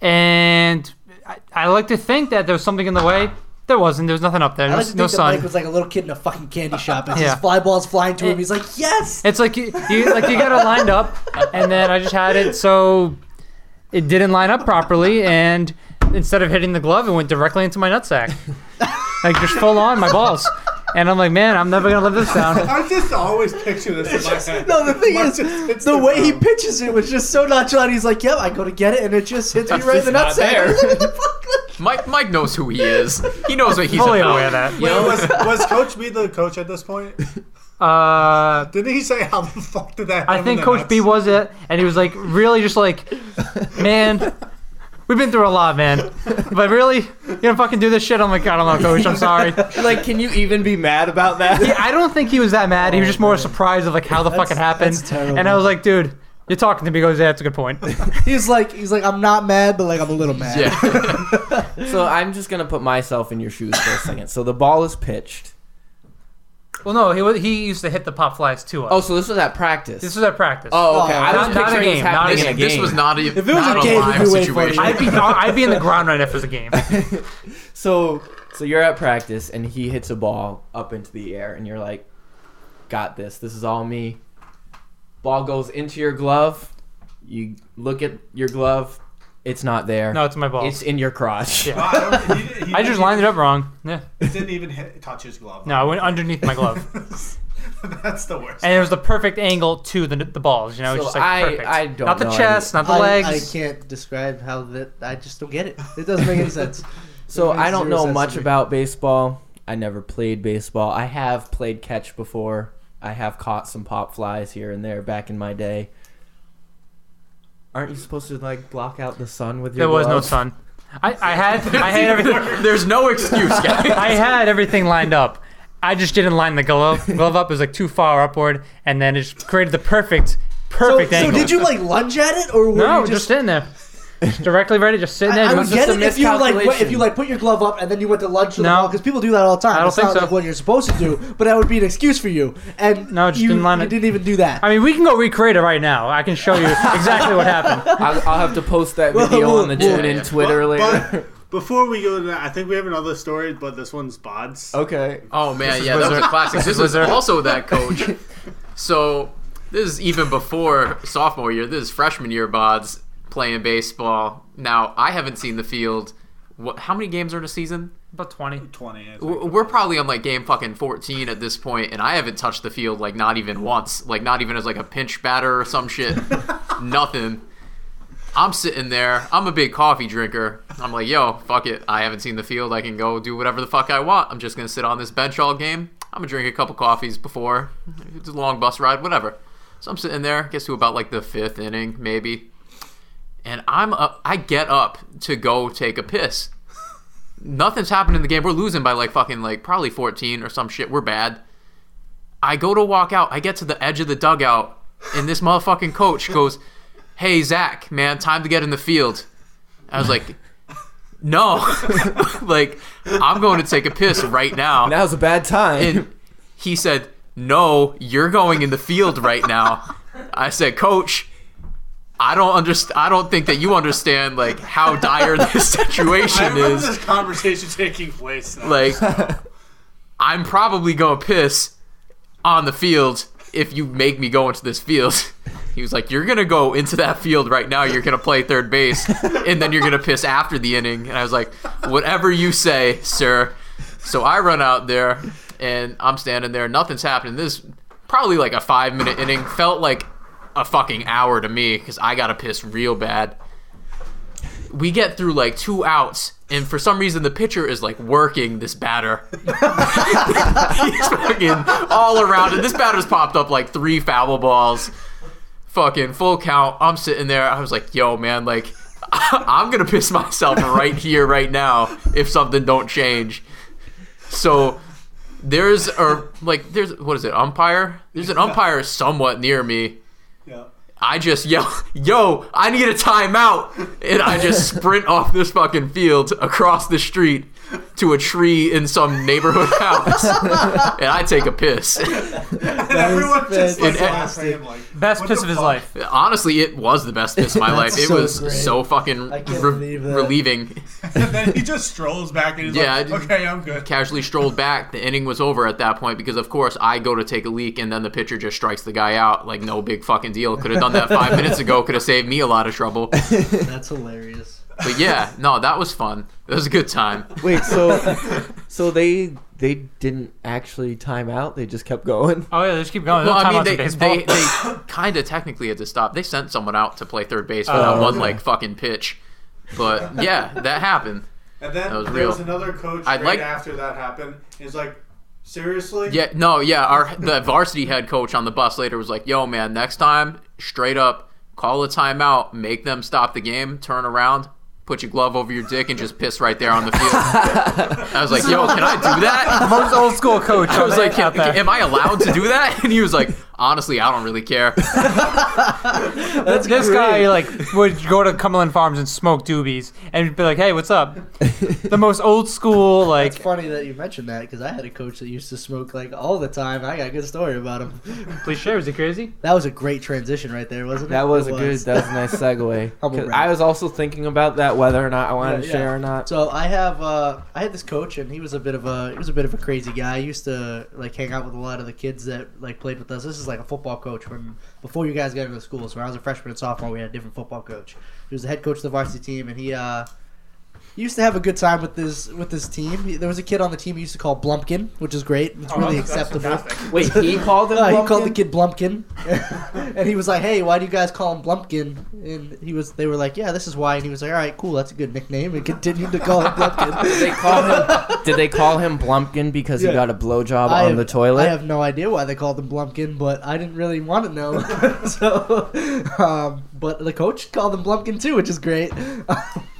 S4: and I, I like to think that there was something in the way. There wasn't. There was nothing up there.
S3: I
S4: No,
S3: like to think
S4: no
S3: that
S4: sun.
S3: Mike was like a little kid in a fucking candy shop, and
S4: Yeah.
S3: his fly balls flying to him. He's like, "Yes!"
S4: It's like you, you like you got it lined up, and then I just had it so it didn't line up properly, and instead of hitting the glove, it went directly into my nutsack, like just full on my balls. And I'm like, man, I'm never gonna live this down.
S5: I just always picture this in my head.
S3: No, the thing
S5: Mike
S3: is,
S5: just hits
S3: the, way he
S5: ground.
S3: pitches it was just so nonchalant. He's like, "Yep, I go to get it, and it just hits me right in the
S6: just
S3: nutsack."
S6: not
S3: What the fuck?
S2: Mike Mike knows who he is. He knows what he's
S4: Fully
S2: about.
S4: aware of that.
S2: You know,
S5: was, was Coach B the coach at this point?
S4: Uh,
S5: Didn't he say how the fuck did that?
S4: I
S5: happen
S4: think
S5: to
S4: Coach B
S5: nuts?
S4: was it, and he was like, really, just like, man. We've been through a lot, man. But really, you're gonna fucking do this shit? I'm like, I don't know, coach. I'm sorry.
S1: like, can you even be mad about that?
S4: Yeah, I don't think he was that mad. He
S1: Oh,
S4: was just more surprised of like how the fuck it happened.
S3: that's terrible.
S4: And I was like, dude, you're talking to me. He Goes, yeah, that's a good point.
S3: He's like, "He's like, I'm not mad, but like, I'm a little mad."
S2: yeah.
S1: So I'm just gonna put myself in your shoes for a second. So the ball is pitched.
S4: well, no, he was, he used to hit the pop flies to us.
S1: Oh, so this was at practice.
S4: this was at practice.
S1: oh, okay. I was
S4: Not- not a
S1: picturing this
S4: game, not
S1: happening
S4: a
S2: This,
S1: in a
S2: this
S1: game.
S2: was not a,
S3: was
S2: not
S3: a
S2: a,
S3: game, it'd
S2: live
S3: be way funnier.
S2: situation.
S4: I'd be I'd be in the ground right now if it was a game.
S1: so so you're at practice and he hits a ball up into the air and you're like, got this. This is all me. Ball goes into your glove. You look at your glove. It's not there.
S4: No, it's my ball.
S1: It's in your crotch.
S4: Yeah.
S5: Wow, I, don't- he, didn't- he
S4: I just
S5: didn't
S4: lined it
S5: even-
S4: up wrong. Yeah.
S5: He didn't even hit, touch his glove.
S4: No, I went underneath my glove,
S5: That's the worst.
S4: and it was the perfect angle to the the balls. You know, it
S1: So
S4: was just like
S1: I-
S4: perfect.
S1: I don't
S4: not the
S1: know any-
S4: chest, not the
S3: I,
S4: legs.
S3: I can't describe how that. I just don't get it. It doesn't make any sense.
S1: So
S3: It makes
S1: I don't
S3: zero
S1: know
S3: sense to
S1: much
S3: me.
S1: about baseball. I never played baseball. I have played catch before. I have caught some pop flies here and there back in my day. Aren't you supposed to like block out the sun with your?
S4: There was no
S1: gloves?
S4: sun. I, I had I had everything
S2: There's no excuse, guys.
S4: I had everything lined up. I just didn't line the glove glove up. It was like too far upward, and then it just created the perfect
S3: So,
S4: perfect
S3: so
S4: angle.
S3: did you like lunge at it or were
S4: No,
S3: you
S4: just,
S3: just?
S4: sitting there, just directly ready, just sitting there.
S3: I, I
S4: doing-
S3: would
S1: was
S3: get
S1: just
S3: it
S1: a
S3: if you like went- if
S1: miscalculation.
S3: you like put your glove up and then you went to lunge to the
S4: No.
S3: ball because people do that all the time.
S4: I don't
S3: That's
S4: think
S3: not
S4: so.
S3: like what you're supposed to do, but that would be an excuse for you. And
S4: No, just
S3: you,
S4: didn't line
S3: you
S4: it.
S3: didn't even do that.
S4: I mean, we can go recreate it right now. I can show you exactly what happened.
S1: I'll, I'll have to post that
S3: Well,
S1: video on the
S3: well,
S1: tune in
S2: yeah.
S1: Twitter later.
S5: But before we go to that, I think we have another story, but this one's Bod's.
S1: okay.
S2: Oh man, yeah, that was a classic. This was also that coach. So this is even before sophomore year. This is freshman year. Bods playing baseball. Now I haven't seen the field. What? How many games are in a season?
S4: About twenty.
S5: 20. I think.
S2: W- We're probably on like game fucking 14 at this point, and I haven't touched the field like not even once, like not even as like a pinch batter or some shit. Nothing. I'm sitting there. I'm a big coffee drinker. I'm like, yo, fuck it. I haven't seen the field. I can go do whatever the fuck I want. I'm just gonna sit on this bench all game. I'm gonna drink a couple coffees before it's a long bus ride, whatever. So I'm sitting there. Gets to about like the fifth inning, maybe. And I'm up. I get up to go take a piss nothing's happened in the game. We're losing by like fucking like probably 14 or some shit. We're bad. I go to walk out. I get to the edge of the dugout, and this motherfucking coach goes, "Hey Zach, man, time to get in the field." I was like, "No, like I'm going to take a piss right now."
S1: Now's a bad time.
S2: And he said, No, you're going in the field right now. I said, Coach, I don't understand. I don't think that you understand like how dire this
S5: I
S2: situation
S5: remember
S2: is.
S5: this conversation taking place. Now.
S2: Like, I'm probably gonna piss on the field if you make me go into this field. He was like, "You're gonna go into that field right now. You're gonna play third base, and then you're gonna piss after the inning." And I was like, "Whatever you say, sir." So I run out there, and I'm standing there. Nothing's happening. This probably like a five minute inning felt like a fucking hour to me because I gotta piss real bad we get through like two outs, and for some reason the pitcher is like working this batter. He's fucking all around it. This batter's popped up like three foul balls. Fucking full count. I'm sitting there. I was like, yo, man, like I'm gonna piss myself right here, right now, if something don't change. So there's or like there's what is it, umpire? There's an umpire somewhat near me.
S5: yeah.
S2: I just yell, yo, I need a timeout. And I just sprint off this fucking field across the street to a tree in some neighborhood house. and I take a piss.
S5: And everyone just like,
S2: And- and-
S5: laughs at him, like,
S4: Best
S5: what
S4: piss
S5: the
S4: of his
S5: fuck?
S4: life.
S2: Honestly, it was the best piss of my life. It
S3: so
S2: was
S3: great.
S2: so fucking
S3: I can't
S2: re-
S3: believe that.
S2: relieving.
S5: And then he just strolls back and he's
S2: Yeah, I
S5: like,
S2: didn't-
S5: okay, I'm good.
S2: Casually strolled back. The inning was over at that point because, of course, I go to take a leak and then the pitcher just strikes the guy out. Like, no big fucking deal. Could have done that five minutes ago. Could have saved me a lot of trouble.
S3: That's hilarious.
S2: But yeah, no, that was fun. It was a good time.
S1: Wait, so so they they didn't actually time out. They just kept going.
S4: Oh yeah, just keep going.
S2: Well,
S4: No
S2: I mean,
S4: timeouts in
S2: they,
S4: baseball.
S2: they, they kind of technically had to stop. They sent someone out to play third base for
S4: Oh,
S2: that one, like, fucking pitch. But yeah, that happened.
S5: And then
S2: That was
S5: there
S2: real.
S5: was another coach
S2: I'd
S5: right
S2: like-
S5: after that happened. He's like, seriously?
S2: Yeah, no, yeah. Our the varsity head coach on the bus later was like, "Yo, man, next time, straight up, call a timeout, make them stop the game, turn around, put your glove over your dick, and just piss right there on the field." I was like, "Yo, can I do that?"
S4: Most old school coach.
S2: I was like,
S4: out
S2: "Can-
S4: there.
S2: "Am I allowed to do that?" And he was like, "Honestly, I don't really care."
S4: That's this guy like would go to Cumberland Farms and smoke doobies and be like, "Hey, what's up?" the most old school like.
S3: It's funny that you mentioned that because I had a coach that used to smoke like all the time. I got a good story about him.
S4: Please share. Was he crazy?
S3: That was a great transition right there, wasn't it?
S1: That was
S3: It
S1: a good. That was a nice segue.
S3: I'm a
S1: 'Cause
S3: rat.
S1: I was also thinking about that whether or not I wanted
S3: Yeah,
S1: to
S3: yeah.
S1: share or not.
S3: So I have uh, I had this coach and he was a bit of a he was a bit of a crazy guy. He used to like hang out with a lot of the kids that like played with us. This is like a football coach when before you guys got into school. So when I was a freshman and sophomore, we had a different football coach. He was the head coach of the varsity team and he uh, he used to have a good time with his with his team. He- There was a kid on the team he used to call Blumpkin, which is great. It's
S5: Oh,
S3: really
S5: that's- that's
S3: acceptable.
S5: fantastic.
S1: Wait, he called him.
S3: Uh, he
S1: Lumpkin?
S3: called the kid Blumpkin, and he was like, "Hey, why do you guys call him Blumpkin?" And he was, they were like, "Yeah, this is why." And he was like, "All right, cool, that's a good nickname," and continued to call him
S1: They
S3: Blumpkin.
S1: call him. Did they call him Blumpkin because
S3: Yeah.
S1: he got a blowjob
S3: I
S1: on
S3: have-
S1: the toilet?
S3: I have no idea why they called him Blumpkin, but I didn't really want to know. so, um, but the coach called him Blumpkin too, which is great.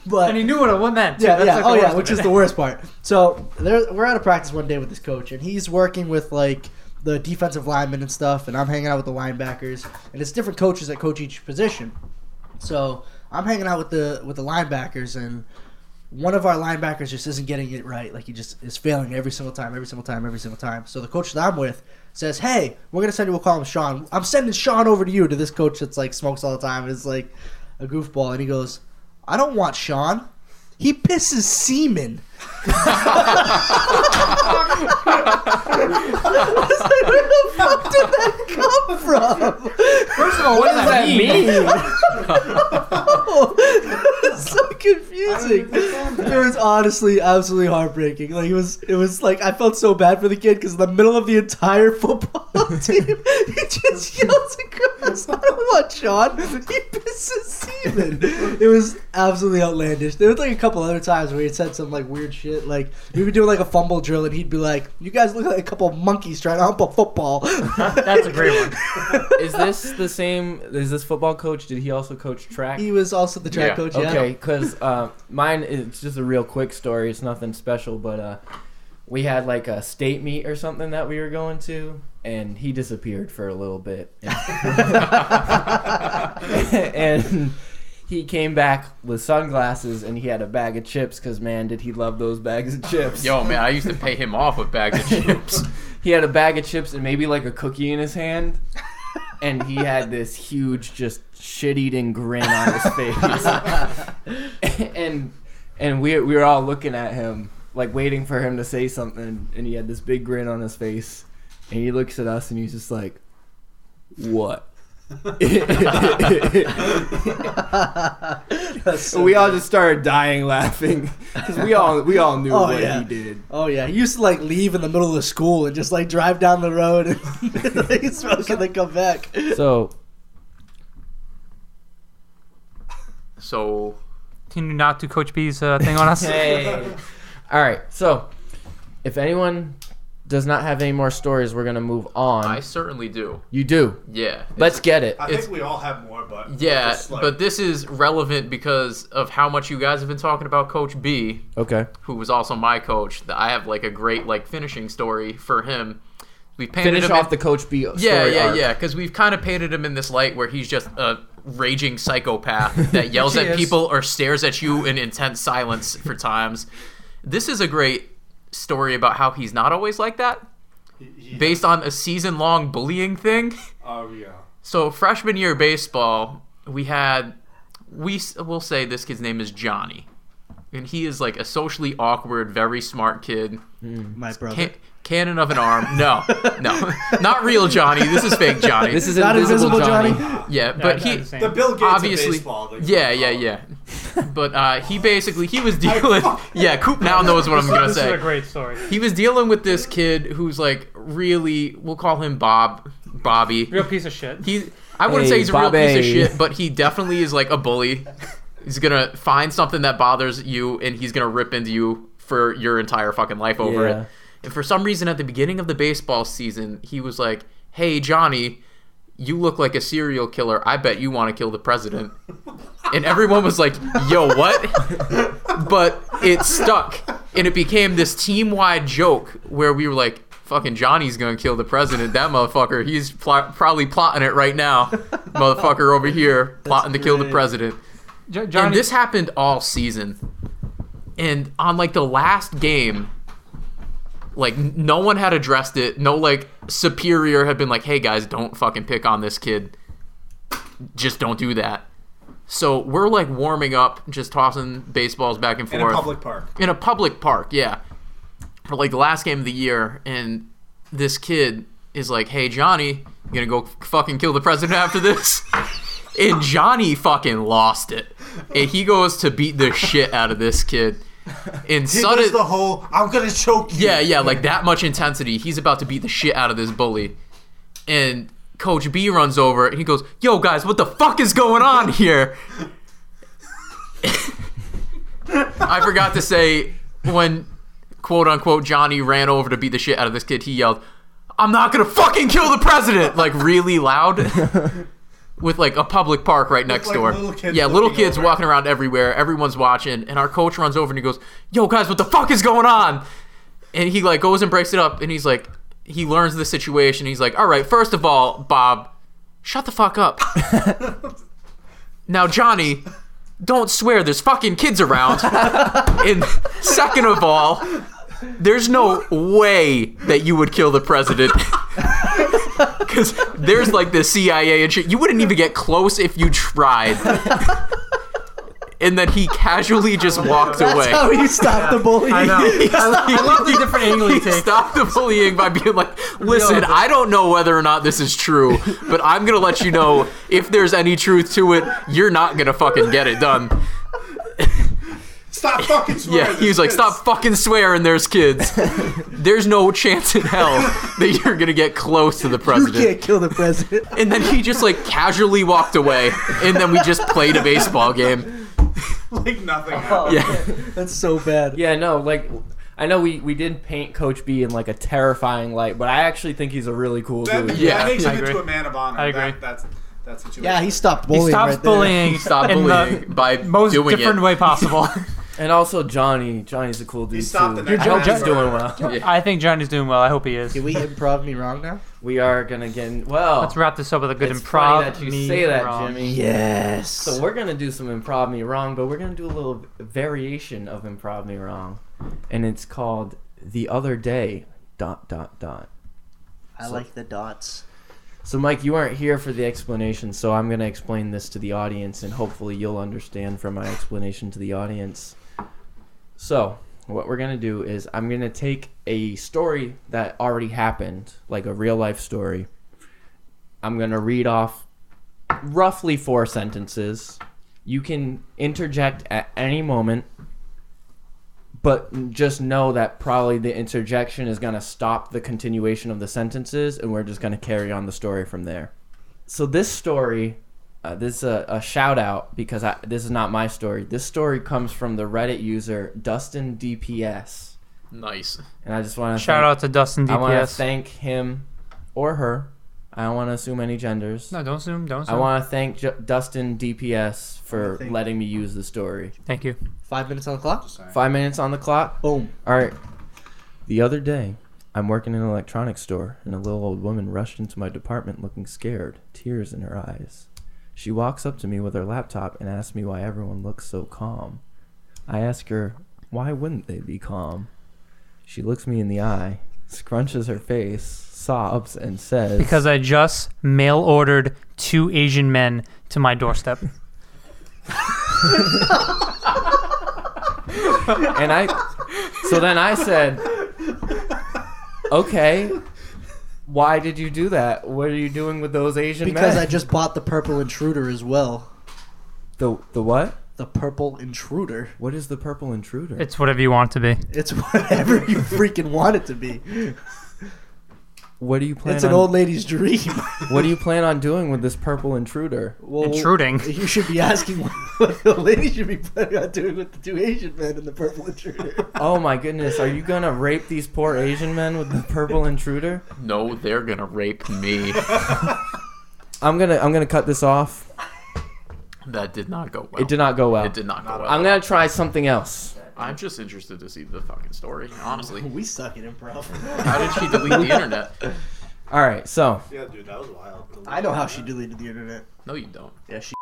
S3: but
S4: And he knew what it meant. too.
S3: yeah,
S4: That's
S3: yeah.
S4: like the
S3: oh yeah,
S4: worst
S3: which
S4: of
S3: is
S4: it.
S3: the worst part. So there, we're out of practice one day with this coach, and he's working with like the defensive linemen and stuff, and I'm hanging out with the linebackers, and it's different coaches that coach each position. So I'm hanging out with the with the linebackers, and one of our linebackers just isn't getting it right. Like he just is failing every single time, every single time, every single time. So the coach that I'm with says, "Hey, we're gonna send you. We'll call him Sean. I'm sending Sean over to you to this coach that's like smokes all the time and is like a goofball." And he goes, "I don't want Sean. He pisses semen." I was like, Where the fuck did that come from?
S4: First of all, what does that mean?
S3: it's Oh, so confusing. It was honestly absolutely heartbreaking. Like it was, it was like I felt so bad for the kid because in the middle of the entire football team, he just yells across, "I don't want Sean." He pisses semen. It was absolutely outlandish. There was like a couple other times where he said some like weird shit. Like we would do like a fumble drill, and he'd be like, "You guys look like a couple of monkeys trying to hump a football."
S4: That's a great one.
S1: Is this the same? Is this football coach? Did he also coach track?
S3: He was also the track
S2: Yeah.
S3: coach. Yeah.
S1: Okay, because uh, mine is just a real quick story. It's nothing special, but uh, we had like a state meet or something that we were going to, and he disappeared for a little bit, and he came back with sunglasses and he had a bag of chips. Because man, did he love those bags of chips!
S2: Yo, man, I used to pay him off with bags of chips.
S1: he had a bag of chips and maybe like a cookie in his hand. And he had this huge, just shit-eating grin on his face, and and we we were all looking at him, like waiting for him to say something. And he had this big grin on his face, and he looks at us, and he's just like, "What?"
S3: That's so
S1: we all just started dying laughing because we all we all knew
S3: Oh,
S1: what
S3: yeah.
S1: he did.
S3: Oh yeah, he used to like leave in the middle of the school and just like drive down the road and like, smoke and then come back.
S1: So
S2: So
S4: Can you not do Coach B's uh, thing on us?
S1: Hey. All right. So, if anyone does not have any more stories, we're gonna move on.
S2: I certainly do.
S1: You do.
S2: Yeah.
S1: Let's get it.
S5: I
S2: It's-
S5: think we all have more, but
S2: Yeah,
S5: just, like,
S2: but this is relevant because of how much you guys have been talking about Coach B,
S1: Okay.
S2: who was also my coach. That I have like a great like finishing story for him. We painted
S1: Finish
S2: him
S1: off
S2: in-
S1: the Coach B. Story
S2: yeah, yeah,
S1: arc.
S2: yeah. Because we've kind of painted him in this light where he's just a raging psychopath that yells at
S4: is.
S2: people or stares at you in intense silence for times. This is a great story about how he's not always like that,
S5: he- he-
S2: based on a season-long bullying thing.
S5: oh yeah.
S2: So freshman year baseball, we had we s- will say this kid's name is Johnny, and he is like a socially awkward, very smart kid.
S3: My brother.
S2: Can- cannon of an arm. No, no, not real Johnny. This is fake Johnny.
S1: This is
S3: Not
S1: invisible,
S3: invisible,
S1: Johnny.
S3: Johnny.
S2: yeah, but he.
S5: The Bill Gates
S2: Obviously,
S5: of baseball. like, uh,
S2: yeah,
S5: you
S2: yeah,
S5: call
S2: yeah. But uh, he basically he was dealing. yeah, Coop now knows what I'm gonna
S4: This is a
S2: say.
S4: great story.
S2: He was dealing with this kid who's like really. We'll call him Bob, Bobby.
S4: Real piece of shit.
S2: He, I wouldn't
S1: Hey,
S2: say he's a real piece of
S1: Bobby.
S2: shit, but he definitely is like a bully. He's gonna find something that bothers you, and he's gonna rip into you for your entire fucking life over
S1: Yeah.
S2: it. And for some reason, at the beginning of the baseball season, he was like, "Hey, Johnny, you look like a serial killer. I bet you want to kill the president." And everyone was like, "Yo, what?" but it stuck, and it became this team-wide joke where we were like. Fucking Johnny's gonna kill the president. That motherfucker. He's pl- probably plotting it right now. Motherfucker over here plotting to kill the
S3: great.
S2: president.
S4: Jo-
S2: And
S4: Johnny,
S2: this happened all season. And on like the last game, like n- no one had addressed it. No like superior had been like, "Hey guys, don't fucking pick on this kid. Just don't do that." So we're like warming up, just tossing baseballs back and
S5: In
S2: forth
S5: a public park.
S2: in a public park, yeah. For like the last game of the year, and this kid is like, "Hey Johnny, you gonna go fucking kill the president after this?" and Johnny fucking lost it. and he goes to beat the shit out of this kid. In
S5: Here
S2: sudden,
S5: goes the whole I'm gonna choke you.
S2: yeah, yeah, like that much intensity. He's about to beat the shit out of this bully. And Coach B runs over and he goes, Yo, guys, what the fuck is going on here? I forgot to say when quote unquote Johnny ran over to beat the shit out of this kid, he yelled, I'm not gonna fucking kill the president! Like really loud. With like a public park right next
S5: like,
S2: door.
S5: little kids
S2: yeah, little
S5: looking
S2: kids
S5: over.
S2: walking around everywhere. Everyone's watching, and our coach runs over and he goes, "Yo, guys, what the fuck is going on?" and he like goes and breaks it up and he's like he learns the situation he's like all right first of all bob shut the fuck up now johnny don't swear there's fucking kids around and second of all there's no way that you would kill the president because there's like the cia and shit you wouldn't even get close if you tried and then he casually just walked
S3: That's
S2: away
S3: how you stop the bully.
S4: I know. I, lo- I love the different angle
S2: he
S4: you take.
S2: stopped the bullying by being like, listen, I don't know whether or not this is true, but I'm going to let you know if there's any truth to it, you're not going to fucking get it done.
S5: Stop fucking swearing.
S2: Yeah, he was like,
S5: This-
S2: stop fucking swearing, there's kids. There's no chance in hell that you're going to get close to the
S3: You
S2: president.
S3: can't kill the president.
S2: And then he just like casually walked away, and then we just played a baseball game.
S5: Like nothing.
S1: Oh,
S5: happened.
S2: Yeah.
S3: That's so bad.
S1: Yeah, no, like I know we, we did paint Coach B in like a terrifying light, but I actually think he's a really cool
S5: That,
S1: dude.
S2: Yeah.
S5: that makes
S4: I
S5: him into
S4: agree.
S5: a man of honor.
S4: I
S5: That,
S4: agree.
S5: that's that's what you.
S3: Yeah, he stopped
S4: He
S3: bullying.
S4: stops
S3: right there.
S4: bullying.
S2: Stop
S4: in
S2: bullying
S4: the
S2: by
S4: uh, most
S2: doing
S4: different
S2: it.
S4: way possible.
S1: And also Johnny, Johnny's a cool dude
S5: stopped
S1: too.
S5: the next
S1: I hope
S4: guy.
S1: he's doing well.
S2: Yeah.
S4: I think Johnny's doing well. I hope he is.
S3: Can we improv me wrong now?
S1: We are gonna get in, well.
S4: Let's wrap this up with a good
S1: it's
S4: improv.
S1: funny that you
S4: me
S1: say that,
S4: wrong.
S1: Jimmy.
S3: Yes.
S1: So we're gonna do some improv me wrong, but we're gonna do a little variation of improv me wrong, and it's called the other day. Dot dot dot.
S3: I like the dots.
S1: So Mike, you aren't here for the explanation, so I'm gonna explain this to the audience, and hopefully you'll understand from my explanation to the audience. So what we're gonna do is I'm gonna take a story that already happened, like a real life story. I'm gonna read off roughly four sentences. You can interject at any moment, but just know that probably the interjection is going to stop the continuation of the sentences, and we're just going to carry on the story from there. So this story, uh, this is a, a shout out because I, this is not my story. This story comes from the Reddit user Dustin DPS,
S2: Nice.
S1: and I just want to
S4: Shout out to Dustin
S1: I want to
S4: DPS.
S1: thank him or her. I don't want to assume any genders.
S4: No, don't zoom. Don't
S1: I
S4: zoom.
S1: want to thank J- Dustin DPS for
S5: Thank-
S1: letting me use the story.
S4: Thank you.
S3: Five minutes on the clock.
S1: Five minutes on the clock.
S3: Boom.
S1: All right. The other day, I'm working in an electronics store, and a little old woman rushed into my department looking scared, tears in her eyes. She walks up to me with her laptop and asks me why everyone looks so calm. I ask her, why wouldn't they be calm? She looks me in the eye, scrunches her face, sobs, and says,
S4: Because I just mail ordered two Asian men to my doorstep.
S1: and I so then I said, okay, why did you do that? What are you doing with those Asian
S3: Because
S1: men?
S3: I just bought the purple intruder as well.
S1: the the what?
S3: The purple intruder.
S1: What is the purple intruder?
S4: It's whatever you want it to be.
S3: It's whatever you freaking want it to be.
S1: what do you plan
S3: It's an
S1: on
S3: old lady's dream.
S1: What do you plan on doing with this purple intruder?
S3: Well,
S4: Intruding.
S3: You should be asking what the lady should be planning on doing with the two Asian men and the purple intruder.
S1: Oh my goodness, are you gonna rape these poor Asian men with the purple intruder?
S2: No, they're gonna rape me.
S1: I'm gonna I'm gonna cut this off.
S2: That did not go well.
S1: It did not go well.
S2: It did not go well.
S1: I'm gonna try something else.
S2: I'm just interested to see the fucking story, honestly.
S3: Um, We suck at improv.
S2: How did she delete the internet?
S1: All right, so
S5: Yeah, dude, that was wild.
S3: I know how she deleted the internet.
S2: No, you don't.
S3: Yeah, she.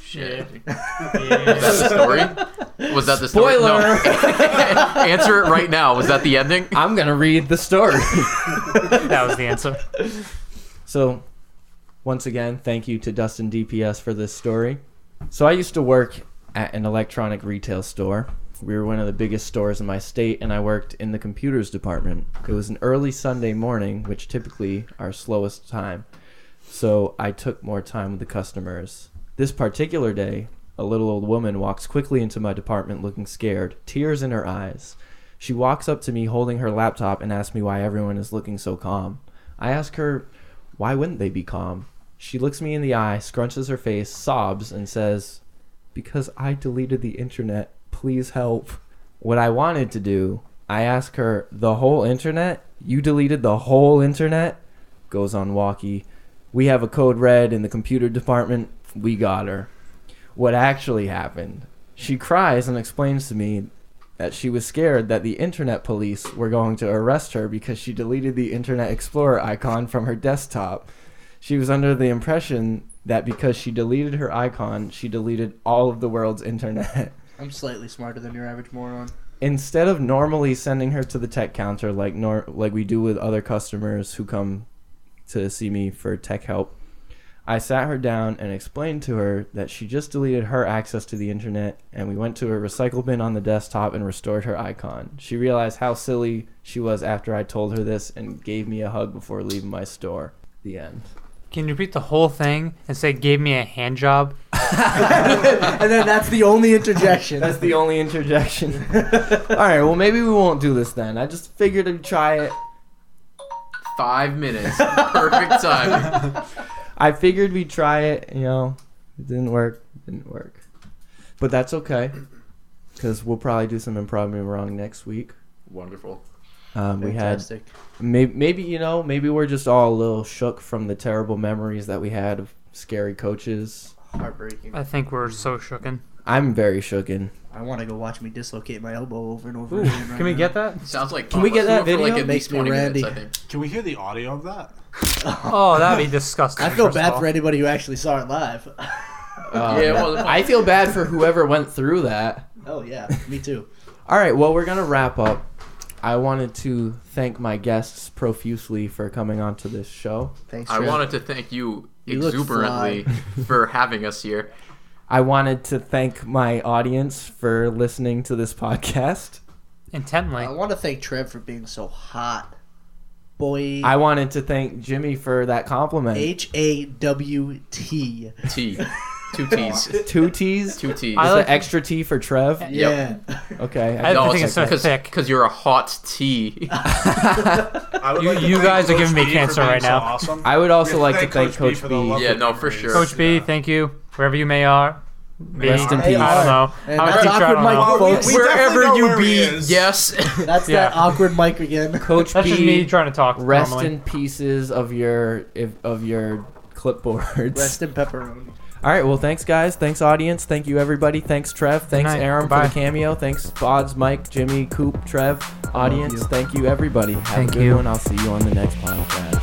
S2: Shit. Is that the story? Was that the story?
S1: Spoiler!
S2: No. Answer it right now. Was that the ending?
S1: I'm gonna read the story.
S4: That was the answer.
S1: So, once again, thank you to Dustin DPS for this story. So, I used to work at an electronic retail store. We were one of the biggest stores in my state, and I worked in the computers department. It was an early Sunday morning, which typically our slowest time. So, I took more time with the customers. This particular day, a little old woman walks quickly into my department looking scared, tears in her eyes. She walks up to me holding her laptop and asks me why everyone is looking so calm. I ask her, why wouldn't they be calm? She looks me in the eye, scrunches her face, sobs, and says, Because I deleted the internet. Please help. What I wanted to do, I ask her, The whole internet? You deleted the whole internet? Goes on walkie. We have a code red in the computer department. We got her. What actually happened? She cries and explains to me that she was scared that the internet police were going to arrest her because she deleted the internet explorer icon from her desktop. She was under the impression that because she deleted her icon, she deleted all of the world's internet.
S3: I'm slightly smarter than your average moron.
S1: Instead of normally sending her to the tech counter like nor- like we do with other customers who come to see me for tech help, I sat her down and explained to her that she just deleted her access to the internet and we went to a recycle bin on the desktop and restored her icon. She realized how silly she was after I told her this and gave me a hug before leaving my store. The end.
S4: Can you repeat the whole thing and say, gave me a hand job?
S3: and then that's the only interjection.
S1: That's the only interjection. All right, well maybe we won't do this then. I just figured I'd try it.
S2: Five minutes. Perfect timing.
S1: I figured we'd try it, you know. It didn't work. Didn't work. But that's okay. Because we'll probably do some improv me wrong next week.
S2: Wonderful.
S1: Um, we had
S3: Fantastic.
S1: maybe, maybe you know maybe we're just all a little shook from the terrible memories that we had of scary coaches.
S3: heartbreaking.
S4: I think we're so shooken.
S1: I'm very shooken.
S3: I want to go watch me dislocate my elbow over and over
S4: Ooh,
S3: again. Right
S4: can we
S3: now.
S4: get that?
S2: Sounds like
S1: Can we
S2: fun.
S1: get
S2: Let's do
S1: that
S2: it for,
S1: video?
S2: Like at
S3: Makes
S2: least
S3: me
S2: twenty minutes, I
S3: randy.
S2: think.
S5: Can we hear the audio of that?
S4: Oh, that'd be disgusting.
S3: I feel
S4: first of
S3: bad
S4: all. Uh,
S3: for anybody who actually saw it live.
S1: Um,
S2: Yeah, well,
S1: I feel bad for whoever went through that.
S3: oh yeah, me too.
S1: All right, well, we're going to wrap up. I wanted to thank my guests profusely for coming onto this show.
S3: Thanks.
S2: I
S3: Trent.
S2: wanted to thank you,
S3: You look
S2: exuberantly for having us here.
S1: I wanted to thank my audience for listening to this podcast.
S4: Intently.
S3: I want to thank Trev for being so hot, boy.
S1: I wanted to thank Jimmy for that compliment.
S3: H A W T.
S2: T, two T's,
S1: Two T's?
S2: two T's.
S4: I
S1: Is
S4: like-
S1: there extra T for Trev?
S3: Yeah.
S1: Okay.
S4: I
S2: no,
S4: think it's so
S2: because
S4: thick.
S2: because you're a hot T.
S5: I would
S4: You-
S5: to
S4: you
S5: thank
S4: guys are
S5: Coach
S4: giving me
S5: B for
S4: cancer
S5: being
S4: right
S5: so
S4: now.
S5: awesome.
S1: I would also
S5: We
S1: like to thank Coach
S5: for
S1: B.
S5: the love
S2: Yeah,
S5: that
S2: no,
S5: he
S2: for
S5: brings.
S2: sure.
S4: Coach B, thank you. Wherever you may are. Be.
S1: Rest in
S4: I-
S1: peace.
S4: I don't know.
S3: And
S4: I'm a
S3: that's
S4: teacher, I
S3: awkward,
S4: don't
S3: Mike.
S4: know.
S5: Well, we-
S3: Folks,
S5: we definitely
S2: Wherever
S5: know
S2: you
S5: where he
S2: be,
S5: is.
S2: yes.
S3: That's
S4: Yeah.
S3: that awkward mic again.
S1: Coach
S4: That's just me
S1: B,
S4: trying to talk.
S1: rest
S4: normally.
S1: in pieces of your if, of your clipboards.
S3: Rest in pepperoni.
S1: All right. Well, thanks, guys. Thanks, audience. Thank you, everybody. Thanks, Trev. Thanks,
S4: night.
S1: Aaron,
S4: Goodbye.
S1: for the cameo. Thanks, Bods, Mike, Jimmy, Coop, Trev, audience.
S3: you.
S1: Thank you, everybody. Have
S4: Thank
S1: a good
S4: you.
S1: one. I'll see you on the next podcast.